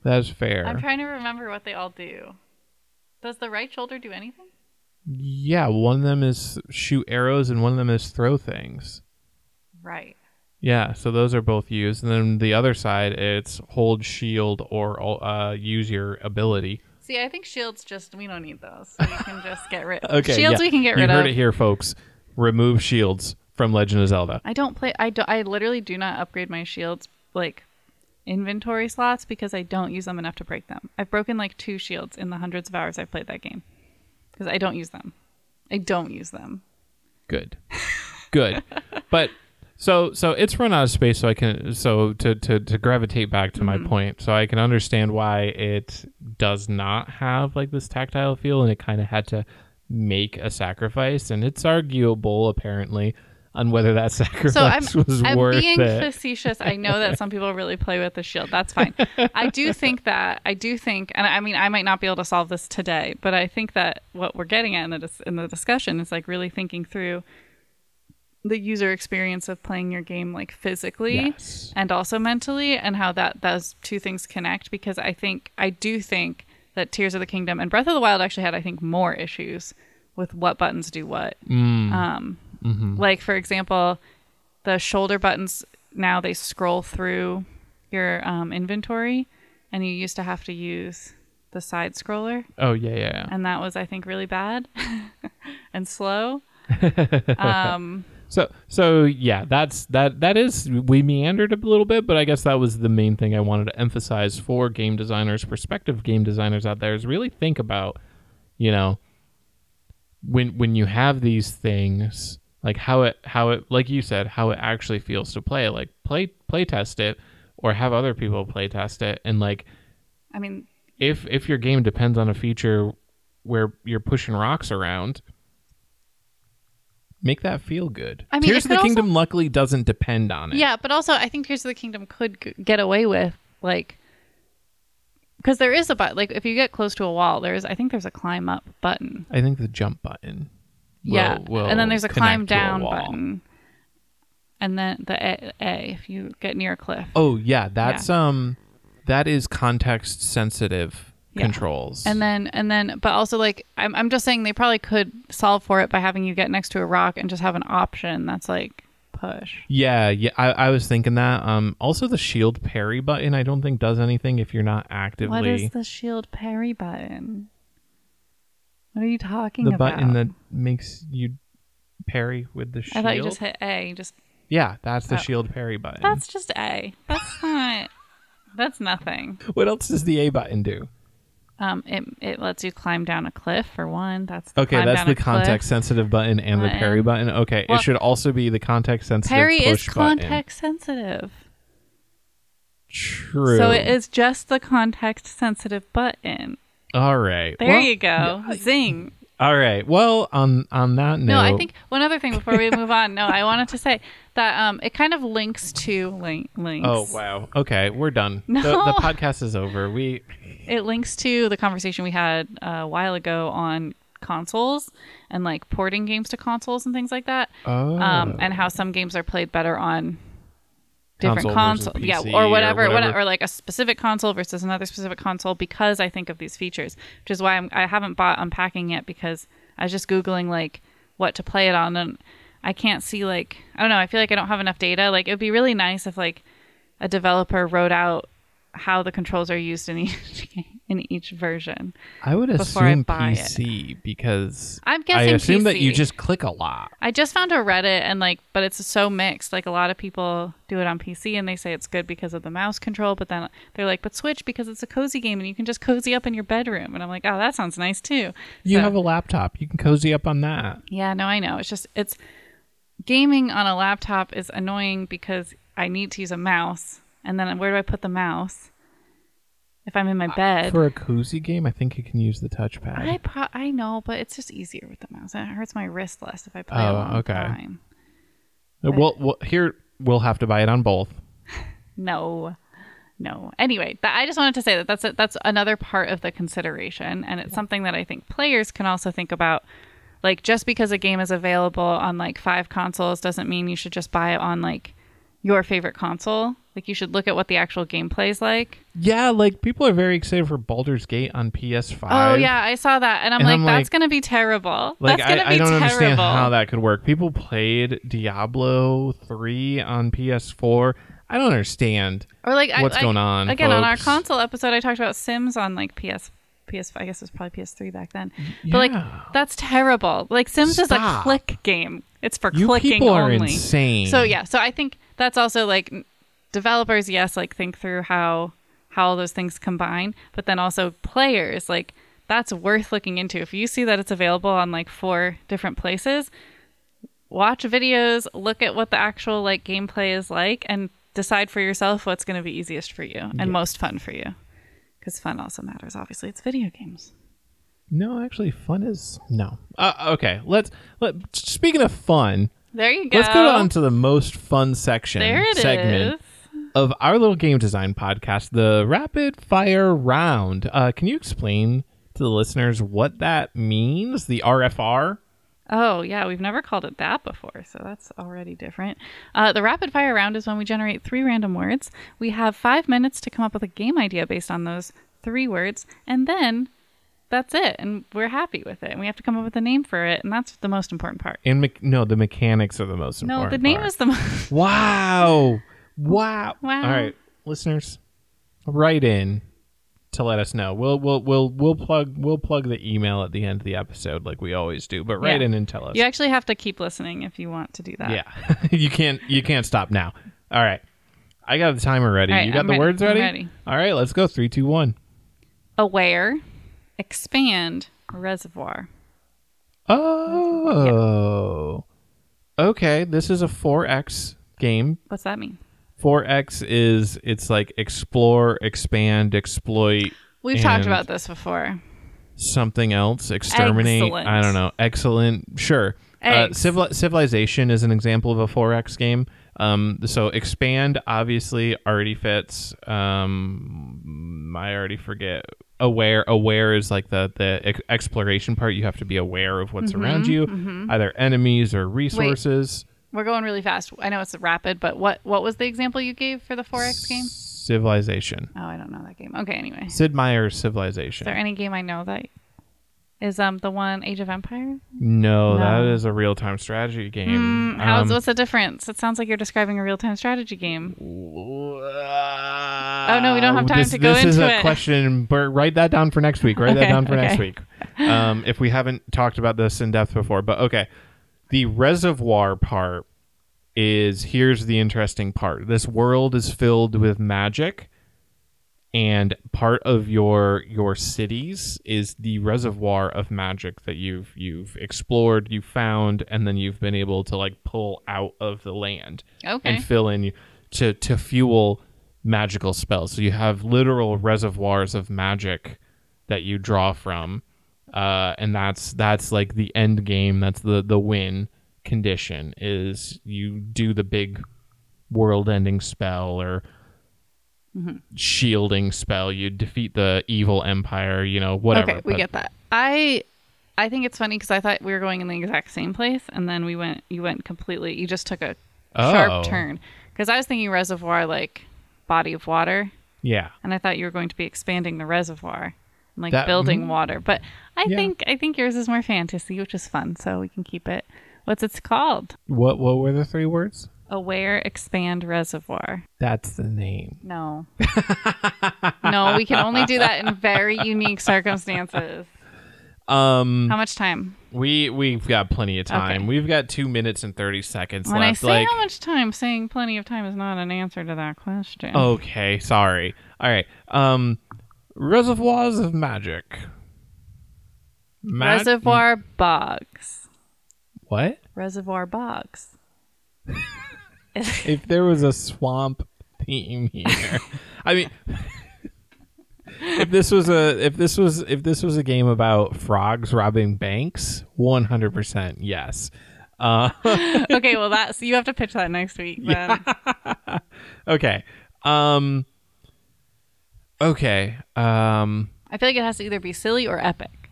[SPEAKER 1] that's fair.
[SPEAKER 2] i'm trying to remember what they all do does the right shoulder do anything
[SPEAKER 1] yeah, one of them is shoot arrows and one of them is throw things.
[SPEAKER 2] right
[SPEAKER 1] Yeah, so those are both used, and then the other side it's hold shield or uh, use your ability.
[SPEAKER 2] See, I think shields just we don't need those. So we can just get rid.
[SPEAKER 1] Okay,
[SPEAKER 2] shields
[SPEAKER 1] yeah.
[SPEAKER 2] we can get
[SPEAKER 1] you
[SPEAKER 2] rid
[SPEAKER 1] heard
[SPEAKER 2] of.
[SPEAKER 1] it here, folks. Remove shields from Legend of Zelda.
[SPEAKER 2] I don't play. I do, I literally do not upgrade my shields like inventory slots because I don't use them enough to break them. I've broken like two shields in the hundreds of hours I've played that game because I don't use them. I don't use them.
[SPEAKER 1] Good, good. but so so it's run out of space, so I can so to to, to gravitate back to
[SPEAKER 2] Mm-hmm.
[SPEAKER 1] my point, so I can understand why it does not have like this tactile feel, and it kind of had to make a sacrifice, and it's arguable apparently on whether that sacrifice
[SPEAKER 2] So I'm
[SPEAKER 1] was
[SPEAKER 2] I'm
[SPEAKER 1] worth
[SPEAKER 2] being
[SPEAKER 1] it.
[SPEAKER 2] facetious. I know that some people really play with the shield. That's fine. I do think that I do think, and I mean, I might not be able to solve this today, but I think that what we're getting at in the dis- in the discussion is like really thinking through the user experience of playing your game like physically
[SPEAKER 1] Yes.
[SPEAKER 2] and also mentally and how that those two things connect because I think I do think that Tears of the Kingdom and Breath of the Wild actually had I think more issues with what buttons do what. Um, Like for example, the shoulder buttons now they scroll through your um, inventory, and you used to have to use the side scroller,
[SPEAKER 1] Oh yeah, yeah, yeah.
[SPEAKER 2] and that was I think really bad and slow.
[SPEAKER 1] So so yeah, that's that that is we meandered a little bit, but I guess that was the main thing I wanted to emphasize for game designers, prospective game designers out there is really think about, you know, when when you have these things, like how it how it like you said, how it actually feels to play, like play play test it or have other people play test it and like
[SPEAKER 2] I mean,
[SPEAKER 1] if if your game depends on a feature where you're pushing rocks around, make that feel good.
[SPEAKER 2] I mean, it
[SPEAKER 1] Tears of the
[SPEAKER 2] could also-
[SPEAKER 1] Kingdom luckily doesn't depend on it.
[SPEAKER 2] Yeah, but also I think Tears of the Kingdom could g- get away with like because there is a but like if you get close to a wall, there is I think there's a climb up button.
[SPEAKER 1] I think the jump button. will-
[SPEAKER 2] yeah,
[SPEAKER 1] will
[SPEAKER 2] and then there's a
[SPEAKER 1] connect
[SPEAKER 2] climb
[SPEAKER 1] to a
[SPEAKER 2] down
[SPEAKER 1] wall.
[SPEAKER 2] button, and then the A, a if you get near a cliff.
[SPEAKER 1] Oh yeah, that's um, that is context sensitive
[SPEAKER 2] Yeah.
[SPEAKER 1] controls.
[SPEAKER 2] And then, and then, but also, like, I'm, I'm just saying they probably could solve for it by having you get next to a rock and just have an option that's like push.
[SPEAKER 1] yeah, yeah, I, I was thinking that. Um, also the shield parry button, I don't think does anything if you're not actively
[SPEAKER 2] What is the shield parry button? What are you talking
[SPEAKER 1] the
[SPEAKER 2] about?
[SPEAKER 1] button that makes you parry with the shield.
[SPEAKER 2] I thought you just hit A. you Just
[SPEAKER 1] yeah, that's the
[SPEAKER 2] Oh.
[SPEAKER 1] shield parry button.
[SPEAKER 2] that's just A. That's not. that's nothing.
[SPEAKER 1] What else does the A button do?
[SPEAKER 2] Um, it it lets you climb down a cliff for one. That's the
[SPEAKER 1] Okay,
[SPEAKER 2] climb
[SPEAKER 1] that's
[SPEAKER 2] down
[SPEAKER 1] the
[SPEAKER 2] a cliff.
[SPEAKER 1] context sensitive button and the parry button. Okay,
[SPEAKER 2] Well,
[SPEAKER 1] it should also be the context sensitive
[SPEAKER 2] Parry is
[SPEAKER 1] push button.
[SPEAKER 2] context sensitive.
[SPEAKER 1] True.
[SPEAKER 2] So it is just the context sensitive button.
[SPEAKER 1] All right.
[SPEAKER 2] There
[SPEAKER 1] Well,
[SPEAKER 2] you go. Zing.
[SPEAKER 1] All right. Well, on on that note,
[SPEAKER 2] No, I think one other thing before we move on. No, I wanted to say that um, it kind of links to link, links.
[SPEAKER 1] Oh wow. Okay, we're done.
[SPEAKER 2] No.
[SPEAKER 1] The, the podcast is over. We
[SPEAKER 2] It links to the conversation we had uh, a while ago on consoles and like porting games to consoles and things like that.
[SPEAKER 1] oh
[SPEAKER 2] Um, and how some games are played better on different
[SPEAKER 1] Console versus
[SPEAKER 2] console, yeah,
[SPEAKER 1] PC
[SPEAKER 2] or
[SPEAKER 1] or
[SPEAKER 2] whatever, or
[SPEAKER 1] whatever.
[SPEAKER 2] or like a specific console versus another specific console because I think of these features, which is why I'm, I haven't bought unpacking yet because I was just googling like what to play it on, and I can't see like I don't know. I feel like I don't have enough data. Like it would be really nice if like a developer wrote out how the controls are used in each in each version.
[SPEAKER 1] I would
[SPEAKER 2] before I
[SPEAKER 1] assume
[SPEAKER 2] buy it.
[SPEAKER 1] PC because
[SPEAKER 2] I'm
[SPEAKER 1] I
[SPEAKER 2] guessing
[SPEAKER 1] assume that
[SPEAKER 2] PC.
[SPEAKER 1] you just click a lot.
[SPEAKER 2] I just found a Reddit and like, but it's so mixed. Like a lot of people do it on PC and they say it's good because of the mouse control, but then they're like, but Switch because it's a cozy game and you can just cozy up in your bedroom. And I'm like, oh, that sounds nice too.
[SPEAKER 1] You
[SPEAKER 2] So-
[SPEAKER 1] have a laptop. You can cozy up on that.
[SPEAKER 2] yeah, no, I know. It's just it's gaming on a laptop is annoying because I need to use a mouse, and then where do I put the mouse if I'm in my bed?
[SPEAKER 1] For a cozy game, I think you can use the touchpad.
[SPEAKER 2] I pro- I know, but it's just easier with the mouse. and It hurts my wrist less if I play
[SPEAKER 1] Oh,
[SPEAKER 2] a long
[SPEAKER 1] okay.
[SPEAKER 2] time.
[SPEAKER 1] Uh, Well, well, here we'll have to buy it on both.
[SPEAKER 2] No, no. Anyway, that, I just wanted to say that that's a, that's another part of the consideration, and it's something that I think players can also think about. Like, just because a game is available on like five consoles doesn't mean you should just buy it on like your favorite console. Like, you should look at what the actual gameplay is like.
[SPEAKER 1] Yeah, like people are very excited for Baldur's Gate on PS5.
[SPEAKER 2] oh yeah, I saw that, and I'm
[SPEAKER 1] And
[SPEAKER 2] like,
[SPEAKER 1] I'm
[SPEAKER 2] that's
[SPEAKER 1] like-
[SPEAKER 2] gonna be terrible.
[SPEAKER 1] Like
[SPEAKER 2] that's gonna
[SPEAKER 1] I,
[SPEAKER 2] be
[SPEAKER 1] I don't
[SPEAKER 2] terrible.
[SPEAKER 1] understand how that could work. People played Diablo 3 on PS4. I don't understand.
[SPEAKER 2] or like I-
[SPEAKER 1] what's
[SPEAKER 2] like,
[SPEAKER 1] going on,
[SPEAKER 2] again on our
[SPEAKER 1] folks.
[SPEAKER 2] console episode i talked about sims on like ps ps i guess it was probably ps3 back then
[SPEAKER 1] Mm-hmm.
[SPEAKER 2] but
[SPEAKER 1] Yeah.
[SPEAKER 2] like that's terrible like sims is a
[SPEAKER 1] Stop.
[SPEAKER 2] click game it's for
[SPEAKER 1] You
[SPEAKER 2] clicking
[SPEAKER 1] people are
[SPEAKER 2] only
[SPEAKER 1] insane.
[SPEAKER 2] so yeah so i think that's also like n- developers yes like think through how how all those things combine but then also players like that's worth looking into if you see that it's available on like four different places watch videos, look at what the actual like gameplay is like, and decide for yourself what's going to be easiest for you and most fun for you. Because fun also matters. Obviously, it's video games.
[SPEAKER 1] No, actually, fun is no. Uh, okay, let's let. Speaking of fun,
[SPEAKER 2] There you go.
[SPEAKER 1] let's go on to the most fun section
[SPEAKER 2] There it is.
[SPEAKER 1] segment of our little game design podcast, the rapid fire round. Uh, can you explain to the listeners what that means? The RFR.
[SPEAKER 2] Oh, yeah, we've never called it that before, so that's already different. Uh, the rapid fire round is when we generate three random words. We have five minutes to come up with a game idea based on those three words, and then that's it, and we're happy with it. And we have to come up with a name for it, and that's the most important part.
[SPEAKER 1] And me- no, the mechanics are the most
[SPEAKER 2] No,
[SPEAKER 1] important.
[SPEAKER 2] the name
[SPEAKER 1] part.
[SPEAKER 2] is the most.
[SPEAKER 1] Wow! Wow!
[SPEAKER 2] Wow.
[SPEAKER 1] All right, listeners, write in to let us know. We'll we'll we'll we'll plug we'll plug the email at the end of the episode like we always do. But write
[SPEAKER 2] Yeah.
[SPEAKER 1] in and tell us.
[SPEAKER 2] You actually have to keep listening if you want to do that.
[SPEAKER 1] Yeah. you can't you can't stop now. All right. I got the timer ready.
[SPEAKER 2] All right,
[SPEAKER 1] you got
[SPEAKER 2] I'm
[SPEAKER 1] the
[SPEAKER 2] ready.
[SPEAKER 1] words
[SPEAKER 2] I'm
[SPEAKER 1] ready?
[SPEAKER 2] ready.
[SPEAKER 1] All right, let's go. Three, two, one.
[SPEAKER 2] Aware, expand, reservoir.
[SPEAKER 1] Oh. Okay, this is a 4X game.
[SPEAKER 2] What's that mean?
[SPEAKER 1] 4X is it's like explore, expand, exploit,
[SPEAKER 2] We've talked
[SPEAKER 1] And-
[SPEAKER 2] about this before.
[SPEAKER 1] something else, exterminate.
[SPEAKER 2] Excellent.
[SPEAKER 1] I don't know. Excellent. Sure. Uh,
[SPEAKER 2] Eggs.
[SPEAKER 1] Civil- Civilization is an example of a 4X game. Um, so Expand obviously already fits. Um, I already forget. Aware, aware is like the the ex- exploration part. You have to be aware of
[SPEAKER 2] Mm-hmm,
[SPEAKER 1] what's around you, either enemies or resources.
[SPEAKER 2] We're going really fast. I know it's rapid, but what what was the example you gave for the 4X game?
[SPEAKER 1] Civilization.
[SPEAKER 2] Oh, I don't know that game. Okay, anyway. Is
[SPEAKER 1] Sid Meier's Civilization.
[SPEAKER 2] there any game I know that is um the one Age of Empire?
[SPEAKER 1] no,
[SPEAKER 2] No.
[SPEAKER 1] that is a real time strategy game.
[SPEAKER 2] Mm, how's
[SPEAKER 1] Um,
[SPEAKER 2] what's the difference? It sounds like you're describing a real-time strategy game.
[SPEAKER 1] Oh
[SPEAKER 2] Oh, no, we don't have time
[SPEAKER 1] this,
[SPEAKER 2] to go
[SPEAKER 1] This is
[SPEAKER 2] into
[SPEAKER 1] a
[SPEAKER 2] it.
[SPEAKER 1] question. Bert, write that down for next week. Write that
[SPEAKER 2] Okay,
[SPEAKER 1] down for next
[SPEAKER 2] okay.
[SPEAKER 1] week. Um, if we haven't talked about this in depth before, but okay, the reservoir part is here's the interesting part. This world is filled with magic, and part of your your cities is the reservoir of magic that you've you've explored, you found, and then you've been able to like pull out of the land
[SPEAKER 2] Okay.
[SPEAKER 1] and fill in to to fuel magical spells. So you have literal reservoirs of magic that you draw from, uh, and that's that's like the end game. That's the the win condition is you do the big world-ending spell or
[SPEAKER 2] Mm-hmm.
[SPEAKER 1] shielding spell. You defeat the evil empire. You know whatever.
[SPEAKER 2] okay, we
[SPEAKER 1] but-
[SPEAKER 2] get that. I I think it's funny cuz I thought we were going in the exact same place and then we went you went completely you just took a
[SPEAKER 1] Oh.
[SPEAKER 2] sharp turn cuz I was thinking reservoir like body of water.
[SPEAKER 1] yeah.
[SPEAKER 2] and I thought you were going to be expanding the reservoir and like
[SPEAKER 1] That-
[SPEAKER 2] building water. But I
[SPEAKER 1] Yeah.
[SPEAKER 2] think I think yours is more fantasy, which is fun, so we can keep it. What's it's called?
[SPEAKER 1] What what were the three words?
[SPEAKER 2] Aware expand reservoir.
[SPEAKER 1] That's the name.
[SPEAKER 2] No. no, we can only do that in very unique circumstances.
[SPEAKER 1] Um.
[SPEAKER 2] How much time?
[SPEAKER 1] We we've got plenty of time.
[SPEAKER 2] Okay.
[SPEAKER 1] We've got two minutes and thirty seconds
[SPEAKER 2] When I
[SPEAKER 1] left.
[SPEAKER 2] say
[SPEAKER 1] like
[SPEAKER 2] how much time, saying plenty of time is not an answer to that question.
[SPEAKER 1] Oh, okay, sorry. All right. Um, reservoirs of magic. Ma-
[SPEAKER 2] reservoir bogs.
[SPEAKER 1] What?
[SPEAKER 2] Reservoir bogs.
[SPEAKER 1] If there was a swamp theme here, I mean, if this was a if this was if this was a game about frogs robbing banks, one hundred percent yes. Uh,
[SPEAKER 2] okay, well that's you have to pitch that next week. Then.
[SPEAKER 1] okay. Um. Okay. Um.
[SPEAKER 2] I feel like it has to either be silly or epic.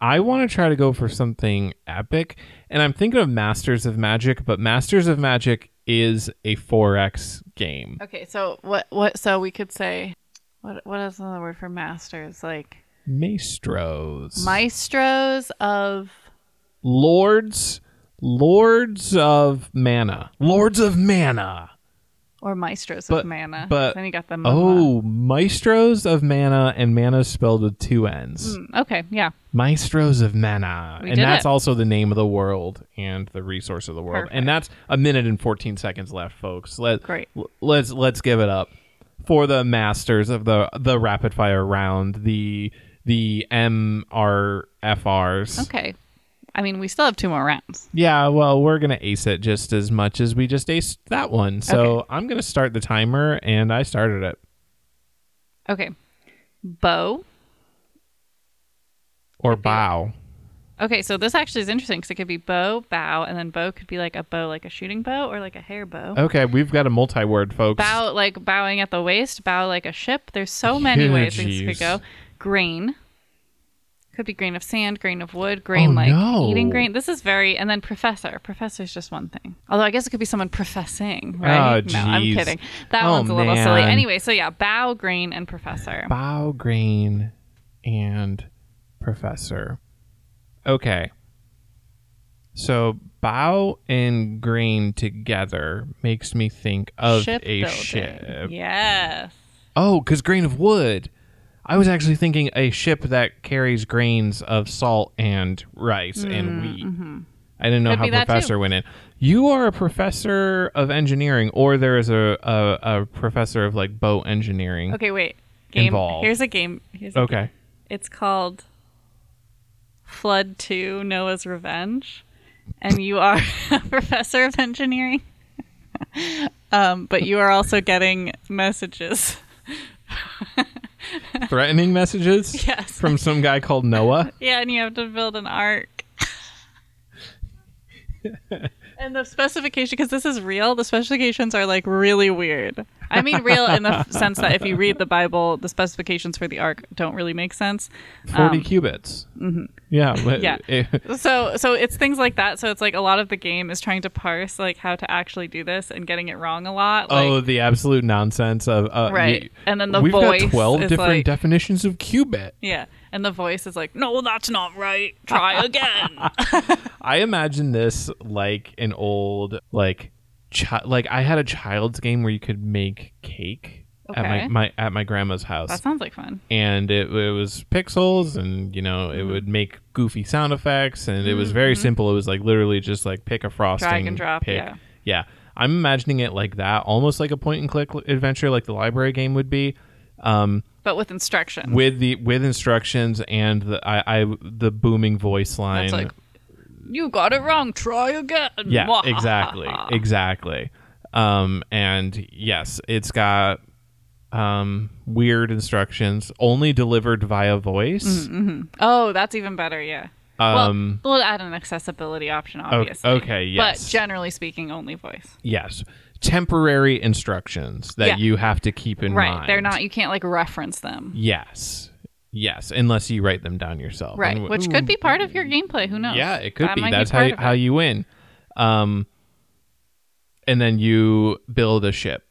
[SPEAKER 1] I want to try to go for something epic, and I'm thinking of Masters of Magic, but Masters of Magic is a 4X game.
[SPEAKER 2] Okay, so what what so we could say what what is another word for masters? Like
[SPEAKER 1] Maestros.
[SPEAKER 2] maestros of
[SPEAKER 1] Lords. Lords of Mana. Lords of Mana.
[SPEAKER 2] or maestros
[SPEAKER 1] But-
[SPEAKER 2] of mana.
[SPEAKER 1] but-
[SPEAKER 2] then you got the mama.
[SPEAKER 1] Oh, Maestros of Mana, and Mana spelled with two N's.
[SPEAKER 2] Mm, okay, yeah.
[SPEAKER 1] Maestros of Mana.
[SPEAKER 2] We
[SPEAKER 1] and
[SPEAKER 2] did
[SPEAKER 1] that's
[SPEAKER 2] it.
[SPEAKER 1] also the name of the world and the resource of the world. And that's
[SPEAKER 2] Perfect.
[SPEAKER 1] a minute and 14 seconds left, folks. Let,
[SPEAKER 2] Great.
[SPEAKER 1] l- let's let's give it up for the masters of the the rapid fire round, the the MRFRs.
[SPEAKER 2] Okay. I mean, we still have two more rounds.
[SPEAKER 1] Yeah, well, we're going to ace it just as much as we just aced that one. So,
[SPEAKER 2] Okay.
[SPEAKER 1] I'm going to start the timer and I started it.
[SPEAKER 2] Okay. Bow.
[SPEAKER 1] Or bow.
[SPEAKER 2] Okay, so this actually is interesting because it could be bow, bow, and then bow could be like a bow, like a shooting bow or like a hair bow.
[SPEAKER 1] Okay, we've got a multi-word, folks.
[SPEAKER 2] Bow like bowing at the waist, bow like a ship. There's so many ways these could
[SPEAKER 1] Hugees.
[SPEAKER 2] go. Grain. Could be grain of sand, grain of wood, grain
[SPEAKER 1] Oh,
[SPEAKER 2] like
[SPEAKER 1] no.
[SPEAKER 2] eating grain. This is very and then professor. Professor's just one thing. Although I guess it could be someone professing, right?
[SPEAKER 1] Oh,
[SPEAKER 2] no, I'm
[SPEAKER 1] jeez.
[SPEAKER 2] kidding. That
[SPEAKER 1] Oh,
[SPEAKER 2] one's a little silly.
[SPEAKER 1] man.
[SPEAKER 2] Anyway, so yeah, bow, grain, and professor.
[SPEAKER 1] Bow Green and Professor. Okay. So Bow and Green together makes me think of a
[SPEAKER 2] Shipbuilding.
[SPEAKER 1] ship.
[SPEAKER 2] Yes.
[SPEAKER 1] Oh, because grain of wood. I was actually thinking a ship that carries grains of salt and rice and wheat. I didn't know
[SPEAKER 2] Mm, mm-hmm. Could
[SPEAKER 1] how
[SPEAKER 2] be that
[SPEAKER 1] professor went in. You are a professor of engineering, or there is a, a, a professor of like boat engineering.
[SPEAKER 2] Okay, wait. Game
[SPEAKER 1] Involved. Oh,
[SPEAKER 2] here's a game. Here's a
[SPEAKER 1] okay.
[SPEAKER 2] It's called Flood 2 Noah's Revenge. And you are a professor of engineering. um, but you are also getting messages.
[SPEAKER 1] threatening messages
[SPEAKER 2] Yes.
[SPEAKER 1] from some guy called Noah.
[SPEAKER 2] Yeah, and you have to build an ark. And the specification, because this is real, the specifications are like really weird. I mean, real in the f- sense that if you read the Bible, the specifications for the ark don't really make sense.
[SPEAKER 1] 40 cubits. Yeah. but
[SPEAKER 2] Um, mm-hmm. Yeah.
[SPEAKER 1] it-
[SPEAKER 2] So, so it's things like that. So it's like a lot of the game is trying to parse like how to actually do this and getting it wrong a lot. Like,
[SPEAKER 1] oh, the absolute nonsense of. Uh,
[SPEAKER 2] Right.
[SPEAKER 1] you-
[SPEAKER 2] And then the
[SPEAKER 1] We've
[SPEAKER 2] voice
[SPEAKER 1] got 12
[SPEAKER 2] is
[SPEAKER 1] different
[SPEAKER 2] like-
[SPEAKER 1] definitions of cubit.
[SPEAKER 2] yeah. And the voice is like, no, that's not right. Try again.
[SPEAKER 1] I imagine this like an old like chi- like I had a child's game where you could make cake at my,
[SPEAKER 2] Okay.
[SPEAKER 1] my at my grandma's house.
[SPEAKER 2] that sounds like fun.
[SPEAKER 1] and it, it was pixels and you know
[SPEAKER 2] Mm-hmm.
[SPEAKER 1] it would make goofy sound effects and it was very simple it was like literally just like pick a frosting
[SPEAKER 2] Mm, Drag and drop,
[SPEAKER 1] pick
[SPEAKER 2] yeah.
[SPEAKER 1] i'm imagining it like that almost like a point and click adventure like the library game would be um,
[SPEAKER 2] But with instruction.
[SPEAKER 1] with the with instructions and the I, I the booming voice line
[SPEAKER 2] That's like, you got it wrong. Try again.
[SPEAKER 1] Yeah, exactly, exactly. Um, and yes, it's got um, weird instructions, only delivered via voice.
[SPEAKER 2] Oh, that's even better. Yeah.
[SPEAKER 1] Um,
[SPEAKER 2] well, we'll add an accessibility option,
[SPEAKER 1] o-
[SPEAKER 2] obviously.
[SPEAKER 1] okay, yes,
[SPEAKER 2] But generally speaking, only voice.
[SPEAKER 1] yes, temporary instructions that
[SPEAKER 2] Yeah.
[SPEAKER 1] you have to keep in
[SPEAKER 2] Right.
[SPEAKER 1] mind.
[SPEAKER 2] They're not, you can't like reference them.
[SPEAKER 1] Yes, yes, unless you write them down yourself.
[SPEAKER 2] Right.
[SPEAKER 1] And w-
[SPEAKER 2] Which could be part of your gameplay. Who knows?
[SPEAKER 1] Yeah, it could
[SPEAKER 2] That
[SPEAKER 1] be.
[SPEAKER 2] might
[SPEAKER 1] That's
[SPEAKER 2] part
[SPEAKER 1] how
[SPEAKER 2] of
[SPEAKER 1] how
[SPEAKER 2] it.
[SPEAKER 1] you win. Um, and then you build a ship.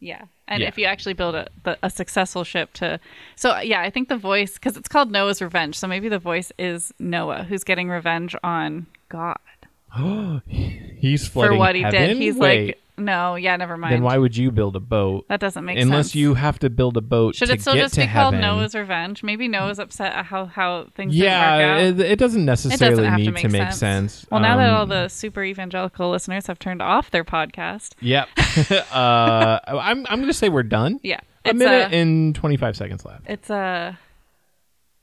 [SPEAKER 2] Yeah. And
[SPEAKER 1] Yeah.
[SPEAKER 2] if you actually build a, the, a successful ship to. So, yeah, I think the voice, because it's called Noah's Revenge. So maybe the voice is Noah who's getting revenge on God
[SPEAKER 1] He's flooding
[SPEAKER 2] for what he did.
[SPEAKER 1] heaven?
[SPEAKER 2] He's
[SPEAKER 1] Wait.
[SPEAKER 2] like, no, yeah, never mind.
[SPEAKER 1] Then why would you build a boat?
[SPEAKER 2] that doesn't make sense.
[SPEAKER 1] Unless you have to build a boat
[SPEAKER 2] Should
[SPEAKER 1] to
[SPEAKER 2] it still
[SPEAKER 1] get
[SPEAKER 2] just
[SPEAKER 1] to
[SPEAKER 2] be called
[SPEAKER 1] heaven.
[SPEAKER 2] Noah's Revenge? Maybe Noah's upset at how, how things
[SPEAKER 1] yeah,
[SPEAKER 2] didn't work out.
[SPEAKER 1] it, it doesn't
[SPEAKER 2] It doesn't
[SPEAKER 1] necessarily
[SPEAKER 2] have
[SPEAKER 1] need
[SPEAKER 2] to make, sense. Well,
[SPEAKER 1] Um,
[SPEAKER 2] now that all the super evangelical listeners have turned off their podcast,
[SPEAKER 1] yep. uh, I'm I'm gonna say we're done.
[SPEAKER 2] yeah,
[SPEAKER 1] A
[SPEAKER 2] it's
[SPEAKER 1] minute
[SPEAKER 2] a,
[SPEAKER 1] and 25 seconds left.
[SPEAKER 2] it's a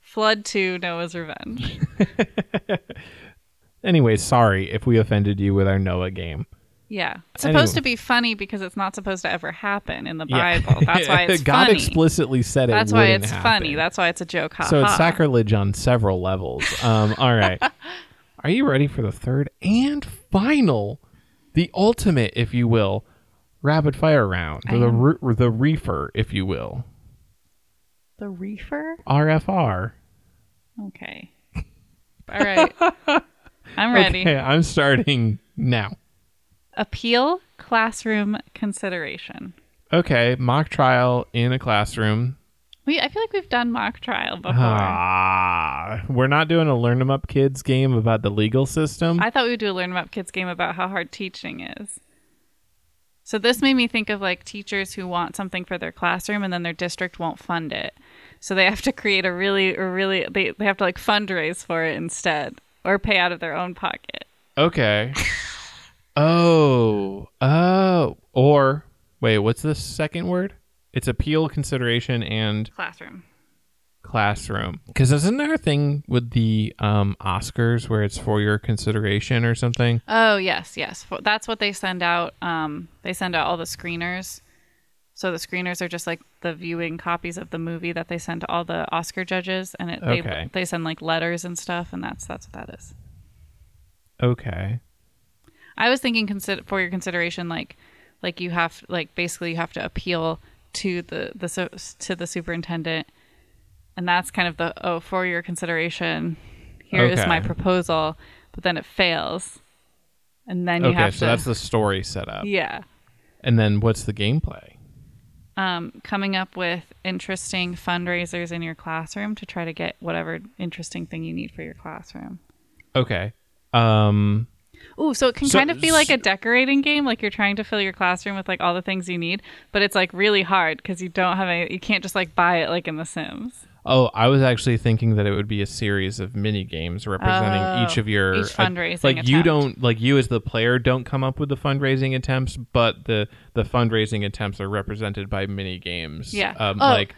[SPEAKER 2] flood to Noah's Revenge.
[SPEAKER 1] Anyway, sorry if we offended you with our Noah game.
[SPEAKER 2] Yeah, it's
[SPEAKER 1] Anyway.
[SPEAKER 2] supposed to be funny because it's not supposed to ever happen in the
[SPEAKER 1] Yeah.
[SPEAKER 2] Bible. That's why it's
[SPEAKER 1] God
[SPEAKER 2] funny.
[SPEAKER 1] explicitly said it.
[SPEAKER 2] That's why
[SPEAKER 1] wouldn't
[SPEAKER 2] it's
[SPEAKER 1] happen.
[SPEAKER 2] funny. That's why it's a joke. Ha
[SPEAKER 1] so
[SPEAKER 2] ha.
[SPEAKER 1] it's sacrilege on several levels. Um, all right. Are you ready for the third and final, the ultimate, if you will, rapid fire round, or the re- or the reefer, if you will,
[SPEAKER 2] the reefer.
[SPEAKER 1] RFR?
[SPEAKER 2] Okay. All right. I'm ready.
[SPEAKER 1] Okay, I'm starting now.
[SPEAKER 2] Appeal classroom consideration.
[SPEAKER 1] Okay, mock trial in a classroom.
[SPEAKER 2] We, I feel like we've done mock trial before.
[SPEAKER 1] Ah, we're not doing a learn 'em up kids game about the legal system.
[SPEAKER 2] I thought we would do a Learn 'em Up Kids game about how hard teaching is. So this made me think of like teachers who want something for their classroom and then their district won't fund it. So they have to create a really, a really, they, they have to like fundraise for it instead or pay out of their own pocket.
[SPEAKER 1] Okay. oh. Oh. Or wait, what's the second word? It's appeal, consideration, and
[SPEAKER 2] Classroom.
[SPEAKER 1] classroom. Because isn't there a thing with the um, Oscars where it's for your consideration or something?
[SPEAKER 2] Oh, yes, yes. For- That's what they send out. Um, they send out all the screeners. So the screeners are just like the viewing copies of the movie that they send to all the Oscar judges, and it, they
[SPEAKER 1] Okay.
[SPEAKER 2] they send like letters and stuff, and that's that's what that is.
[SPEAKER 1] Okay.
[SPEAKER 2] I was thinking consider for your consideration, like like you have like basically you have to appeal to the the su- to the superintendent, and that's kind of the oh for your consideration. Here is my
[SPEAKER 1] Okay.
[SPEAKER 2] proposal, but then it fails, and then you
[SPEAKER 1] okay.
[SPEAKER 2] have
[SPEAKER 1] So
[SPEAKER 2] to
[SPEAKER 1] that's the story setup.
[SPEAKER 2] yeah
[SPEAKER 1] And then what's the gameplay?
[SPEAKER 2] um, coming up with interesting fundraisers in your classroom to try to get whatever interesting thing you need for your classroom.
[SPEAKER 1] Okay. Um.
[SPEAKER 2] Ooh, so it can
[SPEAKER 1] So-
[SPEAKER 2] kind of be like a decorating game, like you're trying to fill your classroom with like all the things you need, but it's like really hard because you don't have any. You can't just like buy it like in The Sims.
[SPEAKER 1] Oh, I was actually thinking that it would be a series of mini games representing
[SPEAKER 2] Oh,
[SPEAKER 1] each of your
[SPEAKER 2] each fundraising
[SPEAKER 1] like you
[SPEAKER 2] attempt.
[SPEAKER 1] don't like you as the player don't come up with the fundraising attempts, but the the fundraising attempts are represented by mini games.
[SPEAKER 2] Yeah.
[SPEAKER 1] Um,
[SPEAKER 2] Oh.
[SPEAKER 1] Like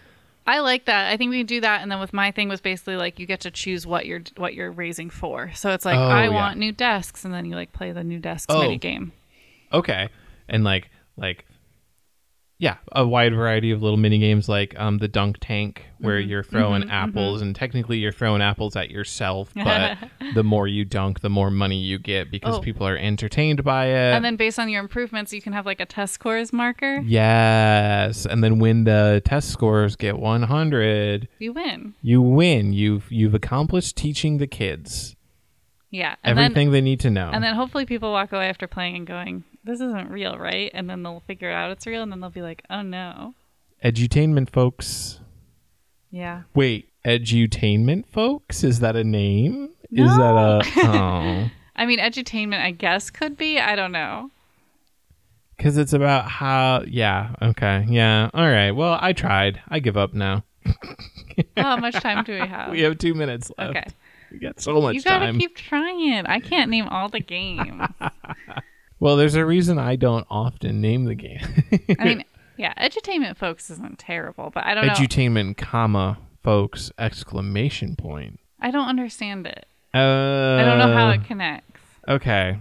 [SPEAKER 2] I like that. I think we can do that. And then with my thing was basically like you get to choose what you're what you're raising for. So it's like
[SPEAKER 1] Oh,
[SPEAKER 2] I
[SPEAKER 1] yeah.
[SPEAKER 2] want new desks, and then you like play the new desks
[SPEAKER 1] Oh.
[SPEAKER 2] mini game.
[SPEAKER 1] okay, and like like yeah, a wide variety of little mini games like um, the dunk tank, where
[SPEAKER 2] Mm-hmm.
[SPEAKER 1] you're throwing apples, and technically you're throwing apples at yourself, but the more you dunk, the more money you get because
[SPEAKER 2] Oh.
[SPEAKER 1] people are entertained by it.
[SPEAKER 2] And then based on your improvements, you can have like a test scores marker.
[SPEAKER 1] yes, and then when the test scores get 100,
[SPEAKER 2] You win.
[SPEAKER 1] you win. You've you've accomplished teaching the kids
[SPEAKER 2] Yeah. And Then,
[SPEAKER 1] everything they need to know.
[SPEAKER 2] and then hopefully people walk away after playing and going, this isn't real, right? And then they'll figure out it's real and then they'll be like, oh no.
[SPEAKER 1] edutainment, folks.
[SPEAKER 2] Yeah.
[SPEAKER 1] Wait, edutainment, folks? Is that a name? Is that a oh?
[SPEAKER 2] I mean, edutainment, I guess, could be. I don't know.
[SPEAKER 1] Because it's about how. Yeah. Okay. Yeah. All right. Well, I tried. I give up now.
[SPEAKER 2] How much time do we have?
[SPEAKER 1] We have two minutes left.
[SPEAKER 2] okay.
[SPEAKER 1] We got so much
[SPEAKER 2] You gotta
[SPEAKER 1] time.
[SPEAKER 2] keep trying. I can't name all the games.
[SPEAKER 1] well, there's a reason I don't often name the game.
[SPEAKER 2] I mean, yeah, edutainment, folks, isn't terrible, but I don't know.
[SPEAKER 1] Edutainment, comma, folks, exclamation point.
[SPEAKER 2] I don't understand it.
[SPEAKER 1] Uh, I
[SPEAKER 2] I don't know
[SPEAKER 1] Uh,
[SPEAKER 2] how it connects.
[SPEAKER 1] Okay.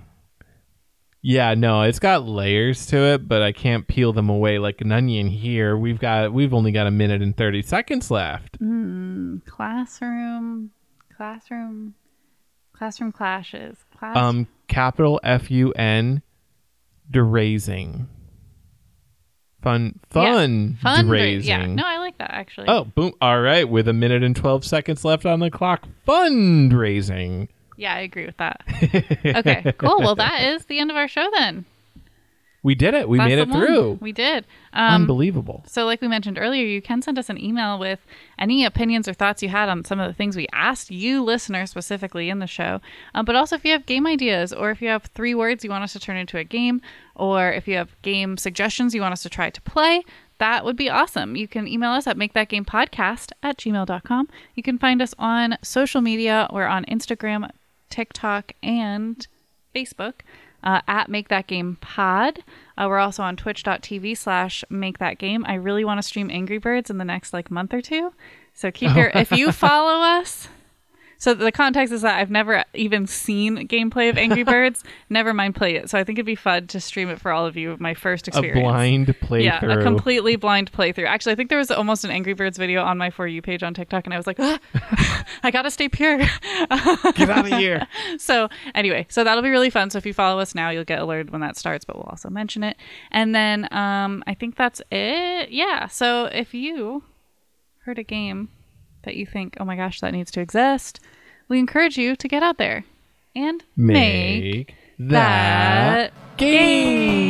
[SPEAKER 1] Yeah, no, it's got layers to it, but I can't peel them away like an onion here. We've got we've only got a minute and 30 seconds left.
[SPEAKER 2] Mm, classroom, classroom, classroom clashes. Class-
[SPEAKER 1] Um capital F U N derasing. Fun fun
[SPEAKER 2] fun.
[SPEAKER 1] derasing.
[SPEAKER 2] Yeah, no, I like that actually.
[SPEAKER 1] Oh, boom. All right, with a minute and 12 seconds left on the clock. Fundraising.
[SPEAKER 2] yeah, I agree with that. Okay, cool. Well, that is the end of our show then.
[SPEAKER 1] We did it. We
[SPEAKER 2] That's
[SPEAKER 1] made it
[SPEAKER 2] the one.
[SPEAKER 1] through.
[SPEAKER 2] We did. Um,
[SPEAKER 1] Unbelievable.
[SPEAKER 2] So, like we mentioned earlier, you can send us an email with any opinions or thoughts you had on some of the things we asked you, listeners, specifically in the show. Um, but also, if you have game ideas, or if you have three words you want us to turn into a game, or if you have game suggestions you want us to try to play, that would be awesome. You can email us at makethatgamepodcast at gmail.com. You can find us on social media. We're on Instagram, TikTok, and Facebook uh, at Make That Game Pod. Uh, we're also on twitch.tv slash Make That Game. I really want to stream Angry Birds in the next like month or two. So keep your, if
[SPEAKER 1] Oh.
[SPEAKER 2] you follow us. So the context is that I've never even seen gameplay of Angry Birds, never mind play it. So I think it'd be fun to stream it for all of you, my first
[SPEAKER 1] A
[SPEAKER 2] experience.
[SPEAKER 1] blind playthrough.
[SPEAKER 2] Yeah, a completely blind playthrough. Actually, I think there was almost an Angry Birds video on my For You page on TikTok, and I was like, ah, I gotta stay pure.
[SPEAKER 1] Get out of here.
[SPEAKER 2] so anyway, so that'll be really fun. So if you follow us now, you'll get alerted when that starts, but we'll also mention it. And then um, I think that's it. Yeah. So if you heard a game that you think, oh my gosh, that needs to exist, we encourage you to get out there and make,
[SPEAKER 1] Make that
[SPEAKER 2] that game.